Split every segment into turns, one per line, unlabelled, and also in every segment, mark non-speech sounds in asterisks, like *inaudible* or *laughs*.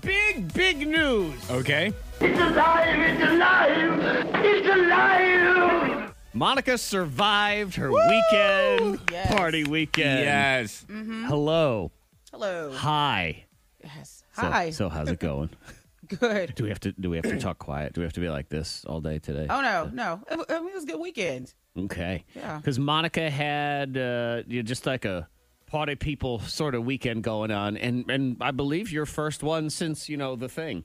Big, big news.
Okay.
It's alive! It's alive! It's alive!
Monica survived her weekend, party weekend.
Yes.
Mm-hmm. Hello.
Hello.
Hi.
Yes.
So-
Hi.
So, how's it going?
good.
do we have to do we have to talk quiet? Do we have to be like this all day today?
Oh no, no. It, wa- I mean, it was a good weekend.
Okay.
Yeah.
Because Monica had uh, you know, just like a party people sort of weekend going on, and and I believe your first one since you know the thing.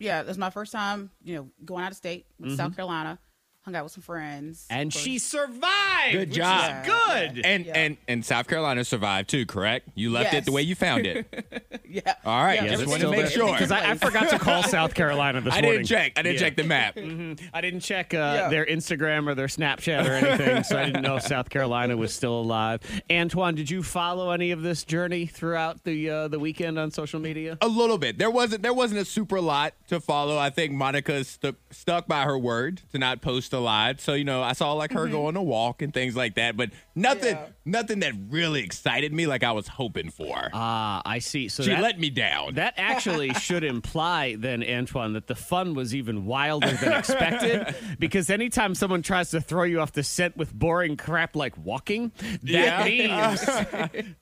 Yeah, it was my first time. You know, going out of state, went to South Carolina, hung out with some friends,
Mm-hmm. And
Of
she survived.
Good
which is
job.
Good.
And
Yeah.
and and South Carolina survived too, correct? You left it
Yes.
the way you found
*laughs*
it.
course. Yeah.
All right,
Yeah,
just
it's
wanted to
still
make
there.
sure.
Because I, I forgot to
*laughs*
call South Carolina this
I
morning.
didn't check. I didn't check
*laughs*
the map.
Mm-hmm.
I didn't check uh,
Yeah.
their Instagram or their Snapchat or anything, so I didn't know if South Carolina was still alive. Antoine, did you follow any of this journey throughout the uh, the weekend on social media?
A little bit. There wasn't there wasn't a super lot to follow. I think Monica stuck stuck by her word to not post a lot. So you know, I saw like her go on a walk and things like that, but nothing
Mm-hmm. Yeah.
nothing that really excited me like I was hoping for.
Ah, I see. So
she
that,
let me down.
that actually
*laughs*
should imply then, Antoine, that the fun was even wilder than
*laughs*
expected. because anytime someone tries to throw you off the scent with boring crap like walking, that
*laughs*
means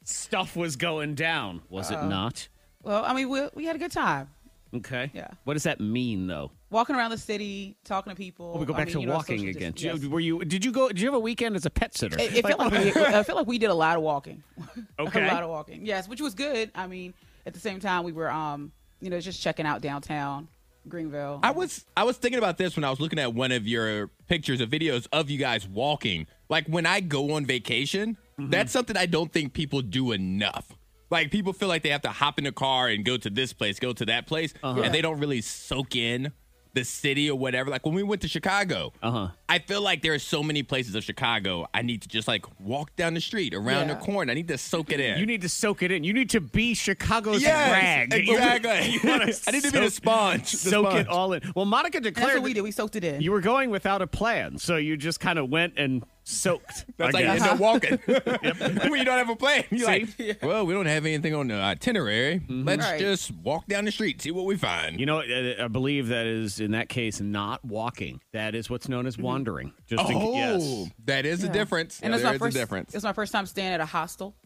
stuff was going down, was it not?
Well, I mean, we we had a good time
Okay.
Yeah.
What does that mean, though?
walking around the city, talking to people.
Oh, we go
I
back
mean,
to
you know,
walking
social
again.
distance.
Did you-
Yes.
Were you? Did you go? Did you have a weekend as a pet sitter?
It, it felt like we,
*laughs*
I felt like we did a lot of walking. *laughs*
Okay.
a lot of walking. Yes, which was good. I mean, at the same time, we were um, you know, just checking out downtown Greenville.
I was I was thinking about this when I was looking at one of your pictures or videos of you guys walking. Like when I go on vacation,
Mm-hmm.
that's something I don't think people do enough. Like people feel like they have to hop in a car and go to this place, go to that place,
Uh-huh.
and they don't really soak in the city or whatever. Like when we went to Chicago,
Uh-huh.
I feel like there are so many places of Chicago I need to just like walk down the street around
Yeah.
the corner. I need to soak it in.
you need to soak it in. You need to be Chicago's
yes,
rag. You- *laughs*
exactly.
you wanna
*laughs* I need to be the
soak-
sponge. the
Soak
sponge.
it all in. Well, Monica
And that's
declared
what we did. We soaked it in.
you were going without a plan, so you just kind of went and
*laughs*
soaked.
That's
I
how you
guess.
end up
*laughs*
walking. *laughs* when you don't have a plan, you're
See? Mm-hmm.
like, well, we don't have anything on the itinerary. Let's
Right.
just walk down the street, see what we find.
You know, uh, I I believe that is in that case not walking. That is what's known as
Mm-hmm.
wandering. Just in,
oh,
yes.
that is a
Yeah.
difference.
And
there
it's
is
my first
a difference.
It's my first time staying at a hostel.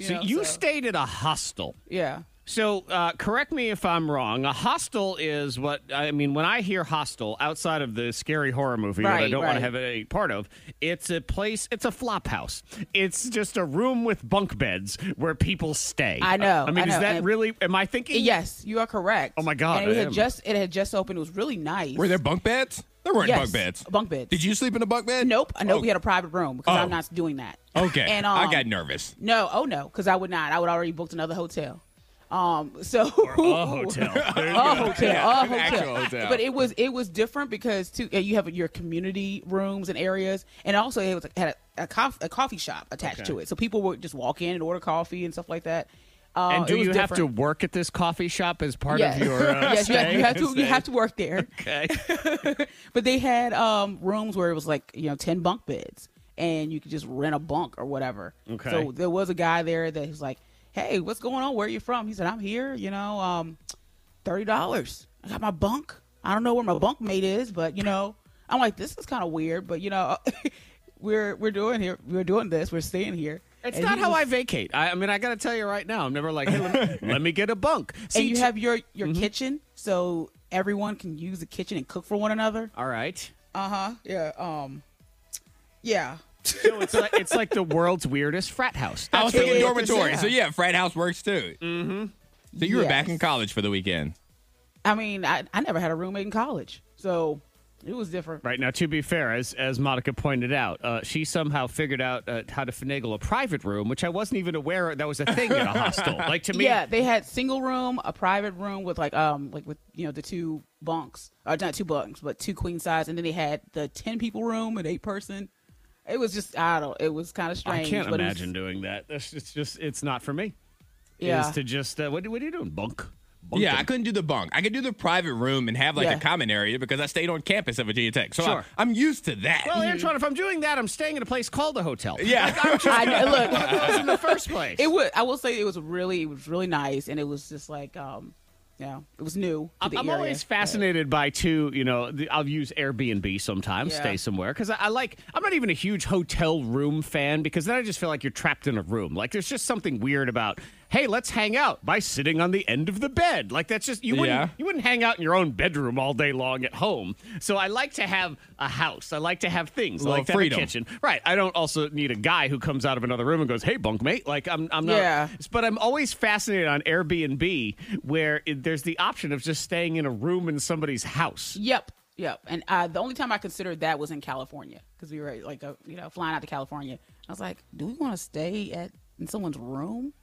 so
know,
you
so-
stayed at a hostel.
Yeah.
So, uh, correct me if I'm wrong. A hostel is what I mean. When I hear hostel, outside of the scary horror movie that I
Right,
don't want to
right.
have any part of, it's a place. It's a flop house. It's just a room with bunk beds where people stay.
I know,
Uh, I mean,
I
is
know,
that
and-
really? Am I thinking?
Yes, you are correct.
Oh, my God,
And
I
it had
am.
just it had just opened. It was really nice.
Were there bunk beds? There weren't
Yes,
bunk beds.
bunk beds.
Did you sleep in a bunk bed?
Nope. I know
Oh,
we had a private room because
Oh.
I'm not doing that.
Okay.
And um,
I got nervous.
No, oh no, because I would not. I would already booked another hotel. Um, so
A
*laughs*
hotel. There-
a hotel,
Yeah,
a
an actual
hotel.
hotel.
But it was it was different because too uh, you have your community rooms and areas, and also it was had a, a, cof- a coffee shop attached to it, so people would just walk in and order coffee and stuff like that. Uh,
and do
it was
you have to
different.
work at this coffee shop as part
yes.
of your uh,
*laughs* yes, you have,
stay?
you have to you have to work there.
*laughs* Okay.
*laughs* But they had um, rooms where it was like you know ten bunk beds, and you could just rent a bunk or whatever.
Okay.
So there was a guy there that was like, "Hey, what's going on? Where you from?" He said, "I'm here. You know, um, thirty dollars. I got my bunk. I don't know where my bunk mate is, but you know, I'm like, this is kind of weird, but you know, *laughs* we're we're doing here. We're doing this. We're staying here.
It's
And
not
he
how
was-
I vacate. I, I mean, I got to tell you right now, I'm never like, hey, *laughs* let, me, let me get a bunk. See,
And you
t-
have your your kitchen, so everyone can use the kitchen and cook for one another.
all right.
Uh huh. Yeah. Um. Yeah.
So it's like it's like the world's weirdest frat house.
Oh.
I was
That's
thinking
really what this
dormitory.
is.
So, yeah, frat house works too. Mm-hmm. So, you were back
Yes.
in college for the weekend.
I mean, I, I never had a roommate in college. So It was different.
Right now, to be fair, as as Monica pointed out, uh, she somehow figured out uh, how to finagle a private room, which I wasn't even aware that was a thing in a
*laughs*
hostel. Like to me,
Yeah, they had single room, a private room with like um like with you know the two bunks, or not two bunks, but two queen size, and then they had the ten people room, an eight person. It was just I don't. It was kind of
I
strange.
can't
but it was-
imagine doing that. That's it's just it's not for me.
yeah.
Is
*laughs*
to just uh, what what are you doing, bunk? Bunking.
Yeah, I couldn't do the bunk. I could do the private room and have like
Yeah.
a common area because I stayed on campus at Virginia Tech. So
Sure.
I, am used to that.
Well,
Mm.
Antoine, if I'm doing that, I'm staying in a place called a hotel.
yeah.
I know, look,
*laughs* It was in the first place.
*laughs* It would. I will say it was really, it was really nice, and it was just like, um, yeah, it was new. To
I'm
the
I'm
area.
always fascinated by two, you know, the, I'll use Airbnb sometimes,
Yeah.
stay somewhere, because I, I like, I'm not even a huge hotel room fan because then I just feel like you're trapped in a room. Like there's just something weird about, hey, let's hang out by sitting on the end of the bed. Like that's just, you wouldn't,
Yeah.
you wouldn't hang out in your own bedroom all day long at home. So I like to have a house. I like to have things. I
Little
like to have a
freedom.
kitchen. Right. I don't also need a guy who comes out of another room and goes, hey, bunkmate. Like I'm, I'm not,
Yeah.
but I'm always fascinated on Airbnb where it, there's the option of just staying in a room in somebody's house.
Yep, yep. And uh, the only time I considered that was in California because we were like, uh, you know, flying out to California. I was like, do we want to stay at in someone's room?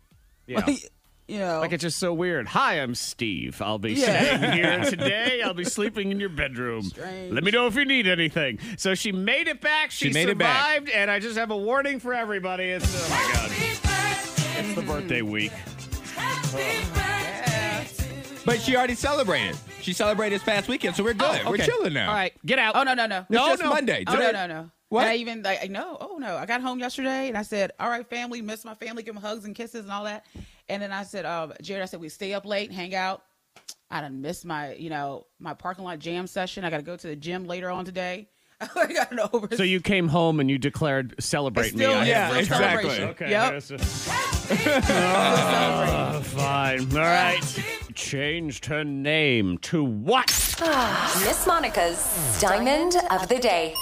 Yeah.
Like, *laughs* you know,
Like it's just so weird. Hi, I'm Steve. I'll be
Yeah.
staying here today. I'll be sleeping in your bedroom.
Strange.
Let me know if you need anything. So she made it back. She,
made it back.
survived, and I just have a warning for everybody. It's oh my god, it's the birthday week.
But she already celebrated. She celebrated this past weekend, so we're good. We're
Oh, okay.
chilling now.
All right, get out.
oh no, no, no,
It's
No,
just
no.
Monday.
Oh
Today-
no, no, no.
What?
And I even like I know. Oh no, I got home yesterday and I said, "All right, family, miss my family, give them hugs and kisses and all that." And then I said, um, "Jared, I said we stay up late, hang out." I done missed my, you know, my parking lot jam session. I got to go to the gym later on today. *laughs* I got an over.
So you came home and you declared celebrate me.
still,
I
yeah,
have
still
returned."
exactly.
celebration.
Okay.
Yep.
there's a- Oh, fine. All right. Changed her name to what?
Oh,
Miss Monica's Diamond of the Day.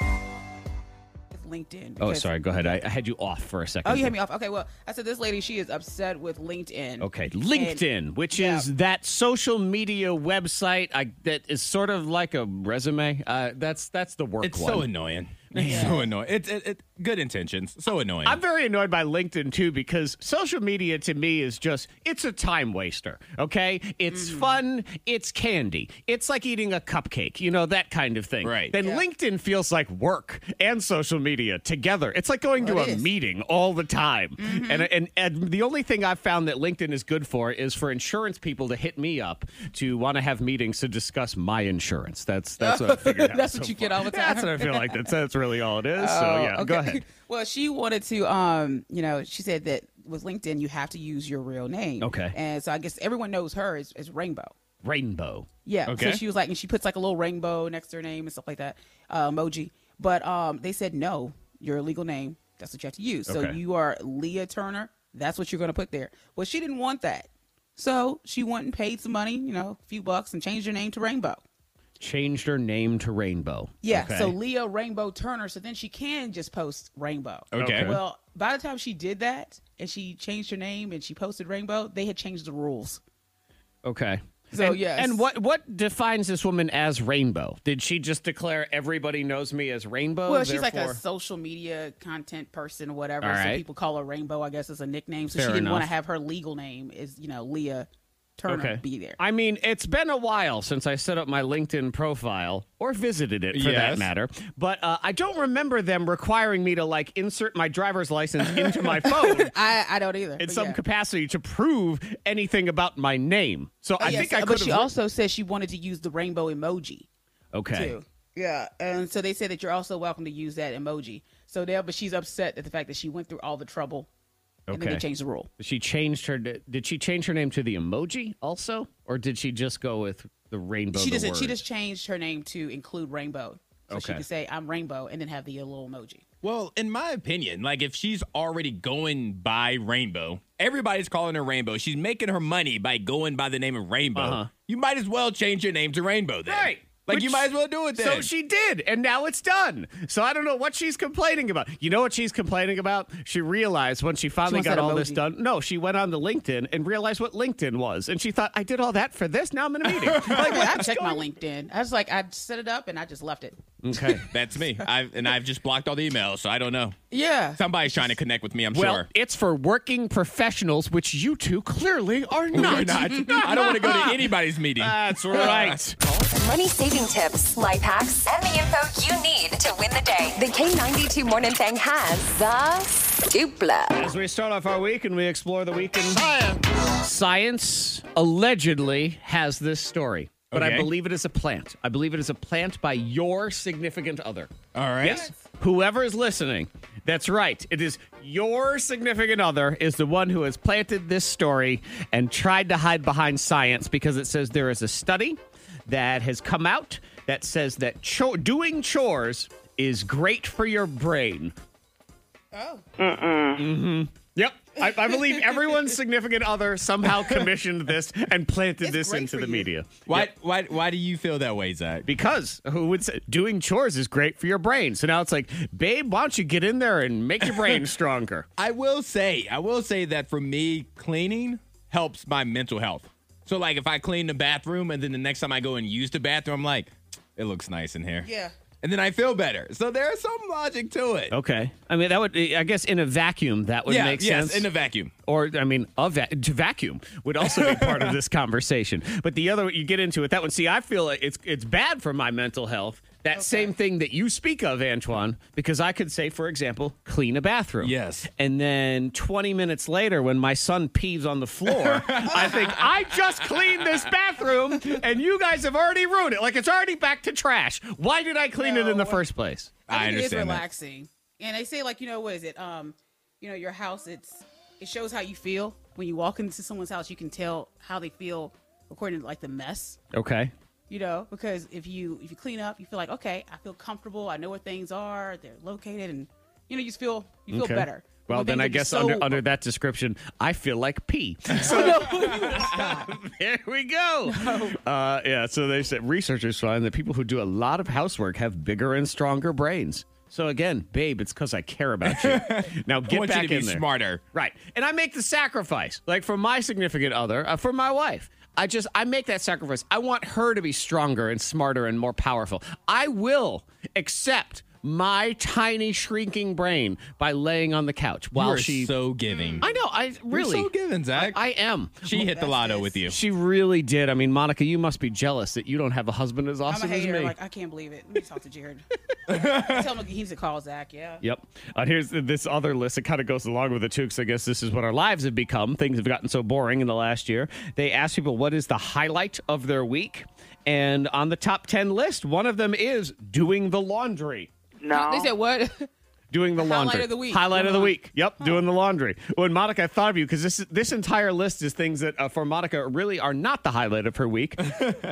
It's LinkedIn.
Oh,
because-
sorry. Go ahead. I, I had you off for a second.
Oh, you had me off. Okay, well, I said this lady, she is upset with LinkedIn.
Okay, LinkedIn, which
yeah.
is that social media website I, that is sort of like a resume. Uh, that's that's the work
It's
one.
so annoying. It's so annoying. It's it, it, good intentions. So annoying.
I'm very annoyed by LinkedIn too because social media to me is just it's a time waster. Okay, it's
Mm-hmm.
fun, it's candy, it's like eating a cupcake, you know that kind of thing.
Right.
Then LinkedIn feels like work and social media together. It's like going
Well,
to
Oh, it
a
is. Mm-hmm.
meeting all the time. And, and and the only thing I've found that LinkedIn is good for is for insurance people to hit me up to want to have meetings to discuss my insurance. That's that's what I
*laughs*
figured out.
That's
so
what you
far.
get all the time.
*laughs* That's what I feel like. That's that's really all it is. so oh, yeah, go ahead.
Oh, *laughs* well, she wanted to, um, you know, she said that with LinkedIn, you have to use your real name.
Okay.
And so I guess everyone knows her as, as Rainbow.
Rainbow.
Yeah.
Okay.
So she was like, and she puts like a little rainbow next to her name and stuff like that, uh, emoji. But um, they said, no, your legal name, that's what you have to use. So
Okay.
you are Leah Turner. That's what you're going to put there. Well, she didn't want that. So she went and paid some money, you know, a few bucks and changed her name to Rainbow.
changed her name to Rainbow.
Yeah.
Okay.
So Leah Rainbow Turner. So then she can just post Rainbow.
okay.
Okay.
Well, by the time she did that and she changed her name and she posted Rainbow, they had changed the rules.
okay.
So,
and,
yes.
And what what defines this woman as Rainbow? Did she just declare everybody knows me as Rainbow?
Well, she's like
Oh,
a
therefore-
social media content person or whatever.
All
So
right.
people call her Rainbow, I guess, is a nickname. So
Fair
she didn't want to
enough.
have her legal name is, you know, Leah Turner
Okay.
be there.
I mean, it's been a while since I set up my LinkedIn profile or visited it for that
Yes.
matter, but uh, I don't remember them requiring me to like insert my driver's license into my
*laughs*
phone
I, I don't either.
in
but
some
yeah.
capacity to prove anything about my name. So I
Oh, Yes,
think I could
But she also says she wanted to use the rainbow emoji
okay.
too. Yeah. And so they said that you're also welcome to use that emoji. So there, but she's upset at the fact that she went through all the trouble and then they
Okay.
changed the rule.
She changed her. Did she change her name to the emoji also, or did she just go with the rainbow?
she
the
just
word?
she just changed her name to include rainbow so she
Okay.
could say i'm rainbow and then have the little emoji
*laughs*
Well, in my opinion, like if she's already going by Rainbow, everybody's calling her Rainbow. She's making her money by going by the name of Rainbow. You might as well change your name to Rainbow then.
Uh-huh. right.
Like you
Which-
might as well do it then.
So she did, and now it's done. So I don't know what she's complaining about. You know what she's complaining about? She realized when she finally
wants
got
that
all this
emoji.
done. No, she went on to LinkedIn and realized what LinkedIn was, and she thought, "I did all that for this. Now I'm in a meeting."
*laughs*
Like,
Yeah, I
what's
checked my
going-
LinkedIn. I was like, I set it up and I just left it.
Okay. *laughs*
That's me. I've and I've just blocked all the emails, so I don't know.
Yeah.
Somebody's trying to connect with me. I'm
Well, *laughs*
sure.
it's for working professionals, which you two clearly are
We're
not.
not. I don't want to go to anybody's
*laughs*
meeting.
That's right.
Money saving tips, life hacks, and the info you need to win the day. The K92 Morning Thang has the dupla.
As we start off our week and we explore the week in science, science allegedly has this story, but I
Okay.
believe it is a plant. I believe it is a plant by your significant other.
All right.
Yes. Whoever is listening, that's right. It is your significant other is the one who has planted this story and tried to hide behind science because it says there is a study that has come out that says that cho- doing chores is great for your brain. Mm-hmm. Yep. I, I believe everyone's significant other
*laughs*
somehow commissioned this and planted this
great
into
for
the
you.
media.
Why?
Yep.
Why? Why do you feel that way, Zach?
Because who would say doing chores is great for your brain? So now it's like, babe, why don't you get in there and make your *laughs* brain stronger?
I will say, I will say that for me, cleaning helps my mental health. So, like, if I clean the bathroom and then the next time I go and use the bathroom, I'm like, it looks nice in here.
Yeah.
And then I feel better. So there's some logic to it.
Okay. I mean, that would, I guess, in a vacuum, that would
yeah.
make
yes.
sense.
In the vacuum.
or I mean, a va- to vacuum would also be part of
*laughs*
this conversation. But the other you get into it, that one. See, I feel like it's it's bad for my mental health. That same thing that you speak of, Antoine, because I could say, for example, clean a bathroom.
Yes.
And then 20 minutes later, when my son pees on the
*laughs*
floor, I think, I just cleaned this bathroom and you guys have already ruined it. Like it's already back to trash. Why did I clean it in the
No.
first place?
I think
I
it is
understand that.
relaxing. And they say like, you know, what is it? Um, you know, your house, it's it shows how you feel. When you walk into someone's house, you can tell how they feel according to like the mess.
Okay.
You know, because if you if you clean up, you feel like, okay, I feel comfortable, I know where things are, they're located and you know, you just feel you feel
Okay.
better.
Well,
When
then
things
I
are just
guess under
so-
under that description, I feel like pee. *laughs* So there we go. Uh, yeah. So they said researchers find that people who do a lot of housework have bigger and stronger brains. So again, babe, it's because I care about
*laughs*
you. Now get
I want
back
you to
in
be
there.
smarter.
Right. And I make the sacrifice, like for my significant other, uh, for my wife. I just, I make that sacrifice. I want her to be stronger and smarter and more powerful. I will accept my tiny, shrinking brain by laying on the couch
You
while
are
she.
so giving.
I know. I really.
so giving, Zach.
I, I am.
Mm. she hit the lotto with you.
She really did. I mean, Monica, you must be jealous that you don't have a husband as
I'm a
awesome as
hater,
me.
like I can't believe it. Let me talk
*laughs*
to Jared. Tell him he needs to call Zach, yeah.
Yep. And here's this other list. It kind of goes along with it too, because I guess this is what our lives have become. Things have gotten so boring in the last year. They asked people what is the highlight of their week, and on the top ten list, one of them is doing the laundry.
They said what? *laughs*
Doing the
Highlight
laundry.
of the week.
Highlight of the
Wow.
week. Yep, doing the laundry. When Monica I thought of you, because this this entire list is things that uh, for Monica really are not the highlight of her
*laughs*
week.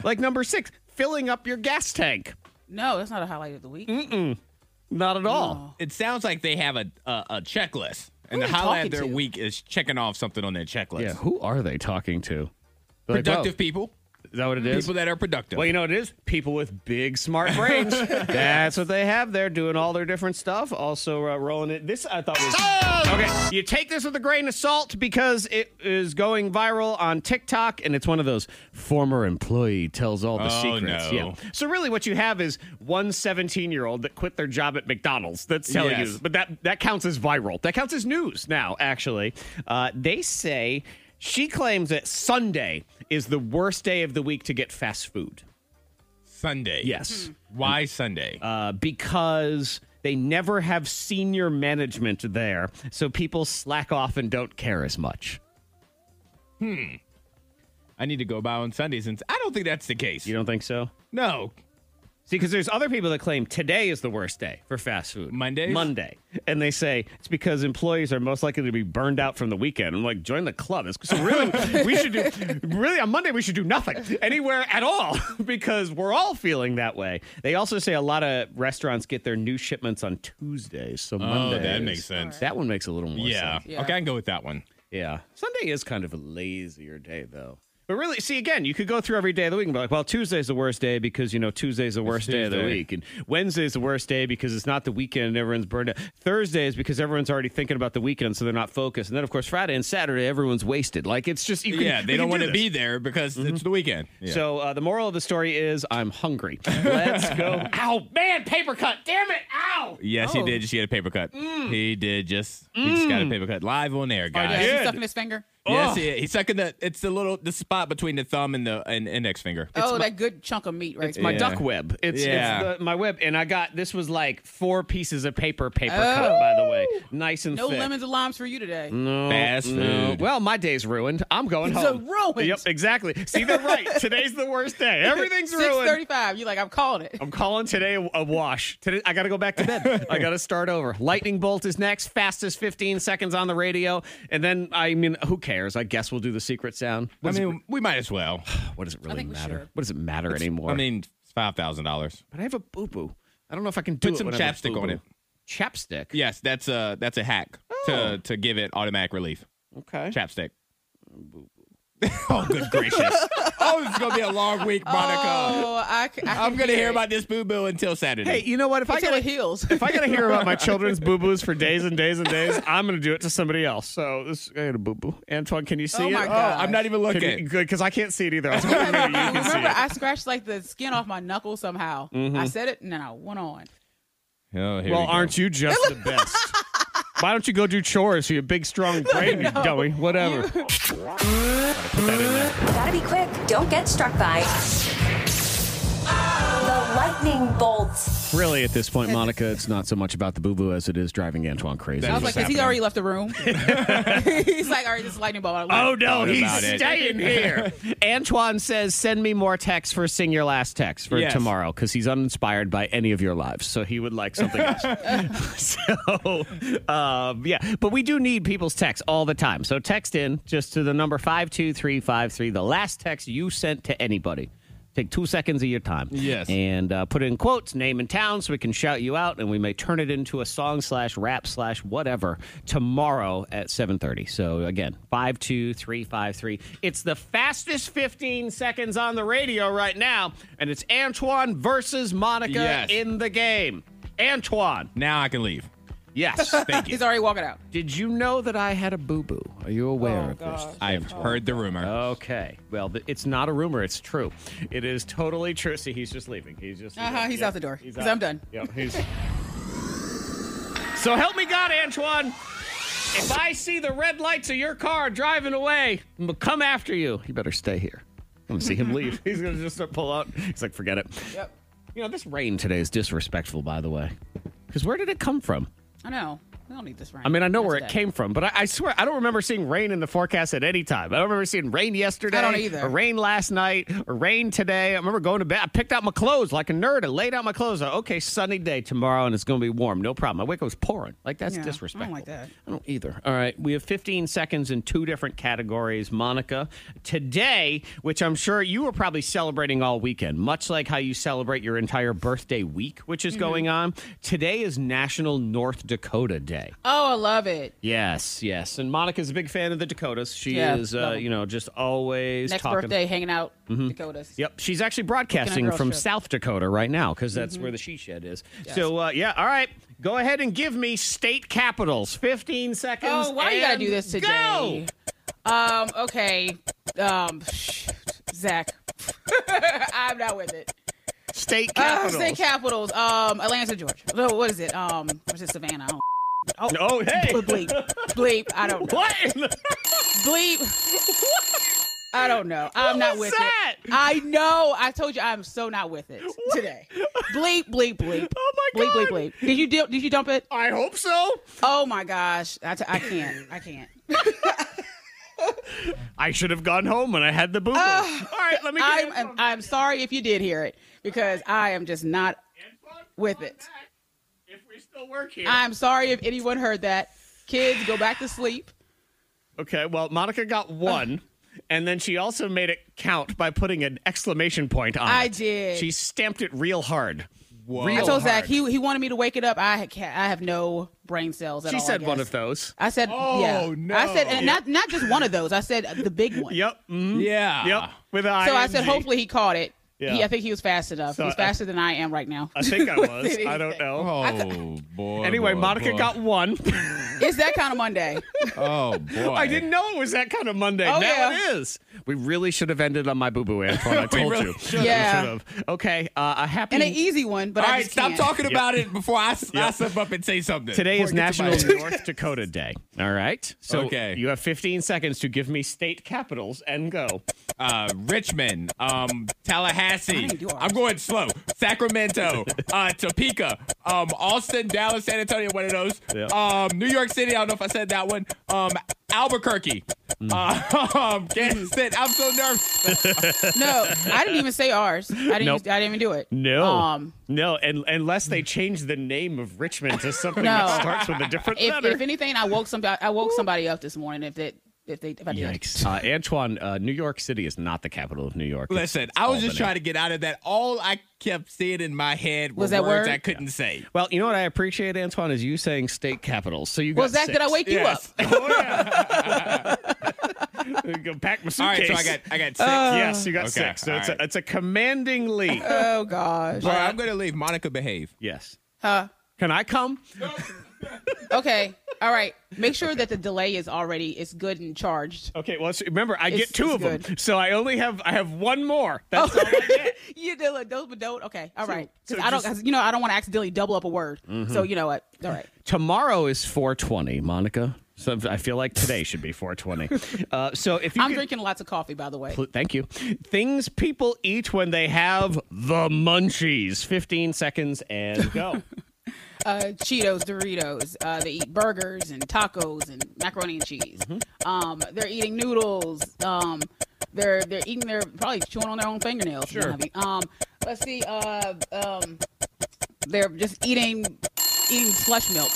like number six, filling up your gas tank.
no, that's not a highlight of the week.
Not at all.
It sounds like they have a a, a checklist, and
Who are
the
they
highlight
talking
of their
to?
week is checking off something on their checklist.
Yeah, who are they talking to? They're like,
Productive
"Whoa."
people,
Is that what it is?
people that are productive.
Well, you know what it is? People with big, smart
*laughs*
brains. That's what they have. They're doing all their different stuff. Also uh, rolling it. This I thought was okay. You take this with a grain of salt because it is going viral on TikTok, and it's one of those former employee tells all the
Oh,
secrets.
no.
Yeah. So really, what you have is one 17 year old that quit their job at McDonald's. That's telling
Yes.
you, but that that counts as viral. That counts as news now. Actually, uh, they say. She claims that Sunday is the worst day of the week to get fast food.
Sunday.
Yes.
Why Sunday?
Uh, because they never have senior management there, so people slack off and don't care as much.
I need to go by on Sunday since I don't think that's the case.
You don't think so?
no.
See, because there's other people that claim today is the worst day for fast food.
Mondays?
Monday. And they say it's because employees are most likely to be burned out from the weekend. I'm like, join the club. It's, so really, we should do, really, on Monday, we should do nothing anywhere at all *laughs* because we're all feeling that way. They also say a lot of restaurants get their new shipments on Tuesdays. So Monday.
Oh, makes sense.
That one makes a little more
Yeah.
sense.
Yeah.
Okay, I can go with that one.
Yeah. Sunday is kind of a lazier day, though. But really, see, again, you could go through every day of the week and be like, well, Tuesday's the worst day because, you know, Tuesday's the worst day of the
Tuesday.
week. And Wednesday's the worst day because it's not the weekend and everyone's burned out. Thursday is because everyone's already thinking about the weekend, so they're not focused. And then, of course, Friday and Saturday, everyone's wasted. Like, it's just, you can,
yeah, they
we
don't
can
want
do
to
this. Mm-hmm.
be there because it's the weekend. Yeah.
So uh, the moral of the story is I'm hungry. Let's go. *laughs* Ow, man, paper cut. Damn it. Ow.
Yes, he
Oh.
did just get a paper cut. He did just he just got a paper cut live on air,
Is
guys.
he
did.
stuffing his finger?
Yes,
Oh.
he, he's sucking the it's the little the spot between the thumb and the and index finger.
oh, that good chunk of meat right
It's my
there.
duck web. It's,
Yeah.
it's the, my web. And I got this was like four pieces of paper, paper
Oh.
cut, by the way. Nice and
No
thick.
lemons and limes for you today.
Fast
No.
food.
Well, my day's ruined. I'm going
It's
home.
a ruined.
Yep, exactly. See, they're
*laughs*
right. Today's the worst day. Everything's ruined.
635. You're like, I'm calling it.
I'm calling today a wash. Today I got to go back to bed. I got to start over. Lightning bolt is next. Fastest 15 seconds on the radio, and then I mean, who cares? I guess we'll do the secret sound.
I
What, does,
mean, we might as well.
*sighs* it- what does it
I
really
think we
matter?
should.
What does it matter anymore?
I mean, it's five thousand dollars.
but I have a boo boo. I don't know if I can do
Put
it
some
when I have a
chapstick on
boo-boo.
it.
Chapstick.
Yes, that's a that's a hack
Oh.
to to give it automatic relief.
Okay.
Chapstick. oh, good gracious! *laughs* oh, it's gonna be a long week, Monica.
Oh, I, c- I
I'm
can
gonna hear
it.
about this boo boo until Saturday.
Hey, you know what? If I
Until
get
it heals.
if *laughs* I gotta hear about my children's boo boos for days and days and days, I'm gonna do it to somebody else. So this I had a boo boo. Antoine, can you see
Oh
it?
my
oh,
God.
I'm not even looking.
Can you, good, because I can't see it either. I was hoping maybe you can see
Remember,
it. Mm-hmm.
I scratched like the skin off my knuckle somehow. I said it, and then I went on.
Oh, here
Well, aren't you just the best? Why don't you go do chores for your big, strong brain, you dummy? Whatever.
Gotta be quick. Don't get struck by the lightning bolts.
Really, at this point, Monica, it's not so much about the boo boo as it is driving Antoine crazy.
That
I was
What's
like, because he already
happening?
left the room.
*laughs*
*laughs* He's like, all right, this is lightning bolt.
Oh no,
Thought
he's
about it.
staying here. *laughs* Antoine says, "Send me more texts for sing your last text for
Yes.
tomorrow because he's uninspired by any of your lives, so he would like something else." *laughs* so, um, yeah, but we do need people's texts all the time. So text in just to the number five two three five three. The last text you sent to anybody. Take two seconds of your time.
Yes.
And uh, put in quotes, name and town, so we can shout you out, and we may turn it into a song slash rap slash whatever tomorrow at 7.30. So, again, 52353. It's the fastest 15 seconds on the radio right now, and it's Antoine versus Monica
Yes.
in the game. Antoine.
Now I can leave.
Yes. Thank *laughs* you.
He's already walking out.
Did you know that I had a boo-boo? Are you
Oh,
aware of this?
I've heard the rumor.
Oh. Okay. Well, th- it's not a rumor. It's true. It is totally true. See, he's just leaving. He's just.
Uh-huh, he's out the door. He's- I'm done.
Yep. He's. so help me God, Antoine. If I see the red lights of your car driving away, I'm gonna come after you. You better stay here. I'm gonna see
*laughs*
him leave. He's gonna just pull out. He's like, forget it.
Yep.
You know, this rain today is disrespectful, by the way. Because where did it come from?
I know. We don't need this rain.
I mean, I know where it
That's
came from, but I, I swear I don't remember seeing rain in the forecast at any time. I don't remember seeing rain yesterday.
I don't either.
Or rain last night. Or rain today. I remember going to bed. I picked out my clothes like a nerd. I laid out my clothes. Like, okay, sunny day tomorrow, and it's going to be warm. No problem. I wake up was pouring. Like that's
Yeah, I don't
disrespectful.
like that.
I don't either. All right, we have 15 seconds in two different categories. Monica, today, which I'm sure you were probably celebrating all weekend, much like how you celebrate your entire birthday week, which
Mm-hmm.
is going on. Today is National North Dakota Day.
Oh, I love it.
Yes, yes. And Monica's a big fan of the Dakotas. She
Yeah,
is, uh,
love 'em.
you know, just always
Next
talking. Mm-hmm.
birthday, hanging out, Dakotas.
Yep, she's actually broadcasting
girls
from
trip. Mm-hmm.
South Dakota right now because that's where the she shed is. So, uh, yeah, all right. Go ahead and give me state capitals. 15 seconds.
Oh, why you gotta
and
do this
Go!
today? Um. Okay. Um. Zach, *laughs* I'm not with it. *laughs*
State
Uh,
capitals.
state capitals. Um, Atlanta, Georgia. No, what is it? Um, or is it Savannah? I don't
oh, hey.
*laughs* bleep, bleep. I don't know.
*laughs* What? *laughs* in the-
Bleep.
*laughs*
I don't know. I'm not
was
with
that?
it. I know. I told you I'm so not with it today. Bleep, bleep, bleep.
*laughs* Oh, my
bleep, Bleep,
God.
bleep, Did you deal, did you dump it?
I hope so.
Oh my gosh. I, t- I can't.
*laughs*
I can't.
I should have gone home when I had the boo boo.
Ah,
all right, let me get
I'm,
it.
I'm I'm sorry if you did hear it because I am just not with it.
If we still work here.
I'm sorry if anyone heard that. Kids, go back to sleep.
Okay, well, Monica got one, and then she also made it count by putting an exclamation point on
I
it.
did.
She stamped it real hard.
Whoa.
Real
I told Zach
hard.
he he wanted me to wake it up. I ha- ca- I have no brain cells. At
She
all, I
said one
guess.
of those.
I said,
Oh,
yeah.
no.
I said, and not not just one of those. I said the
*laughs*
big one.
Yep. mhm,
Yeah.
Yep. With an
Ah. So I said,
ING.
hopefully he caught it.
Yeah.
He, I think he was fast enough.
So
He's
I-
faster than I am right now.
I think
*laughs*
I was. I don't know.
Oh boy.
Anyway,
boy,
Monica
boy.
got one. *laughs*
it's that kind of Monday.
Oh boy.
I didn't know it was that kind of Monday. now
Oh, yeah.
it is. We really should have ended on my boo boo,
*laughs*
Antoine. I told
really
you.
should
have. Yeah.
We should have. Okay. Uh, a happy.
And an easy one, but
All
I
right,
just
stop
can't.
talking about it before I, s- I slip up and say something.
Today is
Before I get to
National
my- *laughs*
*laughs*
North Dakota Day. All right. So
Okay.
you have 15 seconds to give me state capitals and go.
uh, Richmond, um, Tallahassee.
didn't do ours.
I'm going slow. Sacramento, uh, Topeka, um, Austin, Dallas, San Antonio. One of those.
Yeah.
Um, New York City. I don't know if I said that one. Um, Albuquerque,
Mm.
uh, *laughs* um, Kansas City. I'm so nervous.
No, I didn't even say ours. I didn't.
Nope.
even- I didn't even do it.
No.
Um,
no. And unless they change the name of Richmond to something
No.
that starts with a different
if,
letter.
if anything, I woke somebody. I woke somebody up this morning. If that. If they. If I did.
Yikes. Uh, Antoine, uh, New York City is not the capital of New York. It's-
Listen,
it's
I was just
Albany.
trying to get out of that. All I kept seeing in my head were
Was that
words
word?
I couldn't say.
Well, you know what I appreciate, Antoine, is you saying state capitals. So you got
Well, Zach, did I wake you up?
Yes. *laughs*
Oh, yeah. Go pack my suitcase.
All right, so I got I got
*laughs*
six.
Uh,
yes, you got
Okay,
six. So
all
it's,
right.
a, it's a commanding lead.
Oh gosh.
All right, I'm gonna leave. Monica behave.
yes.
Huh.
Can I come?
Okay. All right. Make sure that the delay is already is good and charged.
Okay. Well, so remember, I
It's-
get two
it's
of them,
good. Oh.
so I only have I have one more. That's all I get.
You do like those, but don't. Okay, all right. 'Cause
so
I don't,
just- Mm-hmm.
'cause, you know, I don't want to accidentally double up a word. So you know what? All right.
Tomorrow is 420, Monica. So I feel like today should be *laughs* 420. Uh, so if you
I'm
could-
drinking lots of coffee, by the way.
Pl- Thank you. Things people eat when they have the munchies. 15 seconds and *laughs* go.
Uh, Cheetos, Doritos. Uh, they eat burgers and tacos and macaroni and cheese.
Mm-hmm.
Um, they're eating noodles. Um, they're they're eating their probably chewing on their own fingernails. if you know what I mean. Um, let's see. Uh, um, they're just eating eating slush milk.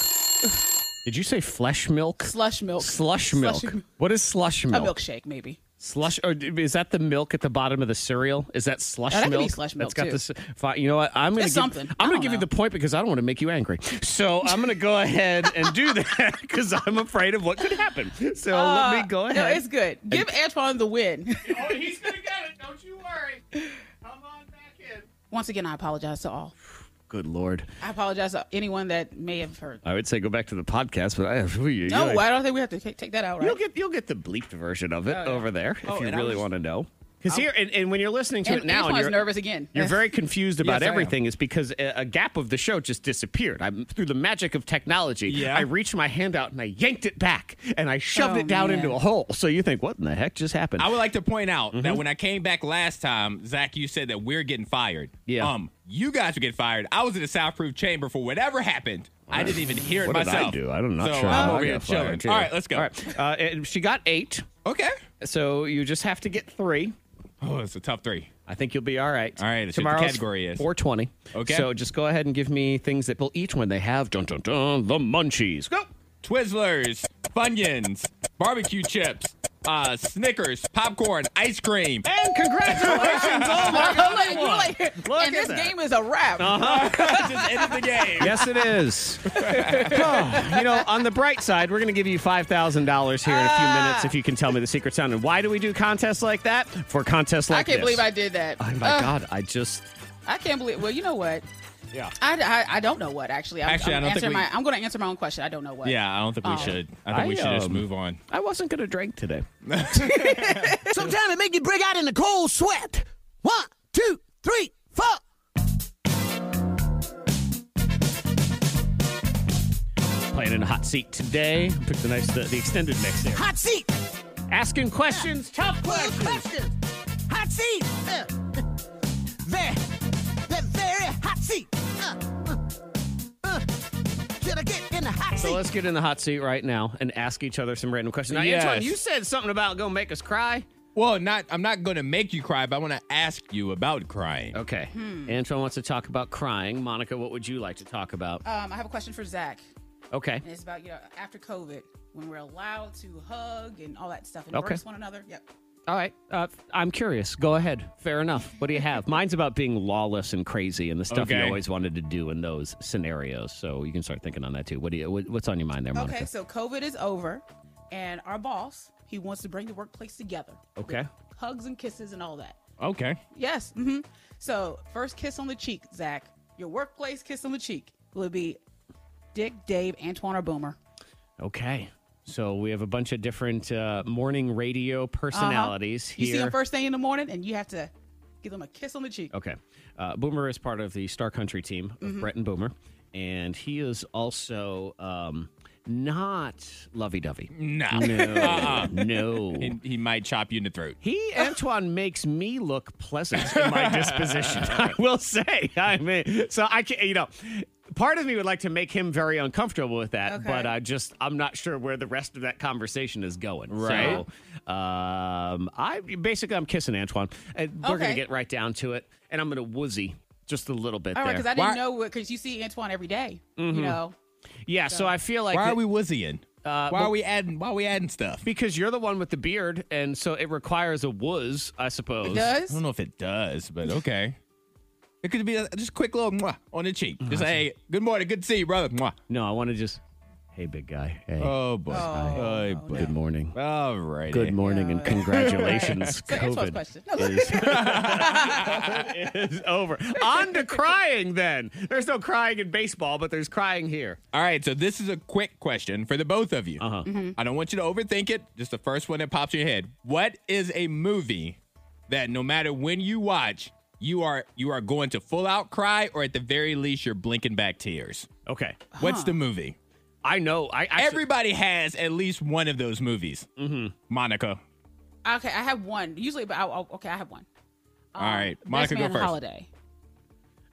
Did you say flesh milk?
Slush milk.
Slush
Slush
milk.
milk.
What is slush
A
milk?
milkshake, maybe.
Slush, or d- is that the milk at the bottom of the cereal? Is that slush
Oh, that could be
milk?
slush
That's
milk,
got
too.
this. Fine, you know what? I'm gonna
It's
give,
something. I
I'm gonna
don't
give you
know.
the point because I don't want to make you angry. So I'm gonna go ahead and do that *laughs* because I'm afraid of what could happen. So let me go ahead.
Uh, No, it's good. Give Antoine the win. *laughs*
Oh, he's gonna get it. Don't you worry. Come on back in.
Once again, I apologize to all.
Good lord.
I apologize to anyone that may have heard.
I would say go back to the podcast, but I have.
No, I don't think we have to ta- take that out, right?
You'll get you'll get the bleeped version of it
Oh,
over there if you
and I
really
was-
want to know. Because here and, and when you're listening to
and
it now, and
Antoine's
you're
nervous again.
You're
*laughs*
very confused about
Yes, I am.
everything. Is because a, a gap of the show just disappeared. I through the magic of technology,
Yeah.
I reached my hand out and I yanked it back and I shoved
Oh,
it down
man.
into a hole. So you think, what in the heck just happened?
I would like to point out that
Mm-hmm.
when I came back last time, Zach, you said that we're getting fired.
Yeah.
Um, you guys would get fired. I was in a soundproof chamber for whatever happened. I didn't even hear it
what did I
myself.
do? I'm not
so
sure.
I'm
how I
over here
got fired,
chilling.
too.
All right, let's go.
All right. Uh, and she got eight,
Okay.
so you just have to get three.
Oh, it's a tough three.
I think you'll be all right.
All right, let's see what the
Tomorrow's
category is.
420.
Okay.
So just go ahead and give me things that they'll eat when they have dun dun dun the munchies. Go.
Twizzlers, Funyuns, barbecue chips, uh, Snickers, popcorn,
*laughs*
ice cream.
And congratulations, oh my
I'm like, you're
God.
like-
Look
and
at
this
that.
game is a wrap.
Oh,
Just ended the game.
Yes, it is. you know, on the bright side, we're going to give you $5,000 here in a few
Ah.
minutes if you can tell me the secret sound. And why do we do contests like that? For contests like
I can't
this.
believe I did that.
Oh, my
Ugh,
God. I just.
I can't believe. Well, you know what?
Yeah.
I, I, I don't know what actually. I'm,
Actually, I
I'm
don't think
answering
we-
my. I'm going to answer my own question. I don't know what.
Yeah, I don't think we should. I think
Oh. I,
we should just
um,
move on.
I wasn't going to
*laughs*
drink today. *laughs*
Sometimes it make you break out in a cold sweat. One, two, three, four.
Playing in a hot seat today. Took the nice, the, the extended mix there.
Hot seat.
Asking questions, tough
Good
questions.
questions. Hot seat. Uh, *laughs* uh, very, very, very hot seat. Uh, uh, uh. Should I get in the hot
So
seat?
let's get in the hot seat right now and ask each other some random questions. Now,
Yes.
Antoine, you said something about gonna make us cry.
Well, not. I'm not going to make you cry, but I want to ask you about crying.
Okay.
Hmm.
Antoine wants to talk about crying. Monica, what would you like to talk about?
Um, I have a question for Zach.
okay.
And it's about you know after COVID when we're allowed to hug and all that stuff and
Okay.
embrace one another. Yep.
All right. Uh, I'm curious. Go ahead. Fair enough. What do you have? Mine's about being lawless and crazy and the stuff you
Okay.
always wanted to do in those scenarios. So you can start thinking on that too. What do you? What, what's on your mind there, Monica?
Okay, so COVID is over, and our boss he wants to bring the workplace together.
Okay.
With Hugs and kisses and all that.
Okay.
Yes. hmm So first kiss on the cheek, Zach. Your workplace kiss on the cheek would be Dick, Dave, Antoine, or Boomer.
Okay. So we have a bunch of different uh, morning radio personalities
Uh-huh. You
here.
see them first thing in the morning, and you have to give them a kiss on the cheek.
Okay. Uh, Boomer is part of the Star Country team of Brett and Boomer, and he is also um, not lovey dovey.
Nah.
No.
*laughs* Uh-uh.
No.
He, he might chop you in the throat.
He, Antoine, makes me look pleasant in my disposition. *laughs* I will say. I mean, so I can't, you know, part of me would like to make him very uncomfortable with that,
Okay.
but I just, I'm not sure where the rest of that conversation is going.
Right.
So, um, I basically, I'm kissing Antoine. And We're going
Okay.
to get right down to it, and I'm going to woozy just a little bit
All right,
there.
because I didn't
Why- Mm-hmm.
know because you see Antoine every day, You know.
yeah, so I feel like.
Why
it-
are we woozying? why
well-
are we adding? Why are we adding stuff?
because you're the one with the beard, and so it requires a wooz, I suppose.
It
I
does.
don't know if it does, but okay. It could be a, just a quick little mwah on the cheek. Just hey, good morning, good to see you, brother. Mwah.
No, I want to just, hey, big guy. Hey,
Oh boy. Oh, boy.
good morning.
All right.
Good morning and congratulations.
So Antoine's
*laughs* COVID
question. No, look.
is over. On to crying then. There's no crying in baseball, but there's crying here.
All right. So this is a quick question for the both of you.
Uh-huh.
I don't want you to overthink it. Just the first one that pops in your head. What is a movie that no matter when you watch, you are you are going to full out cry, or at the very least, you're blinking back tears.
Okay.
What's the movie?
I know. I actually,
Everybody has at least one of those movies. Mm-hmm.
Um,
Monica.
*laughs* okay, I have one. Usually, but I, I- okay, I have one. Um,
All right, Monica,
Best
go
Man
first.
Holiday.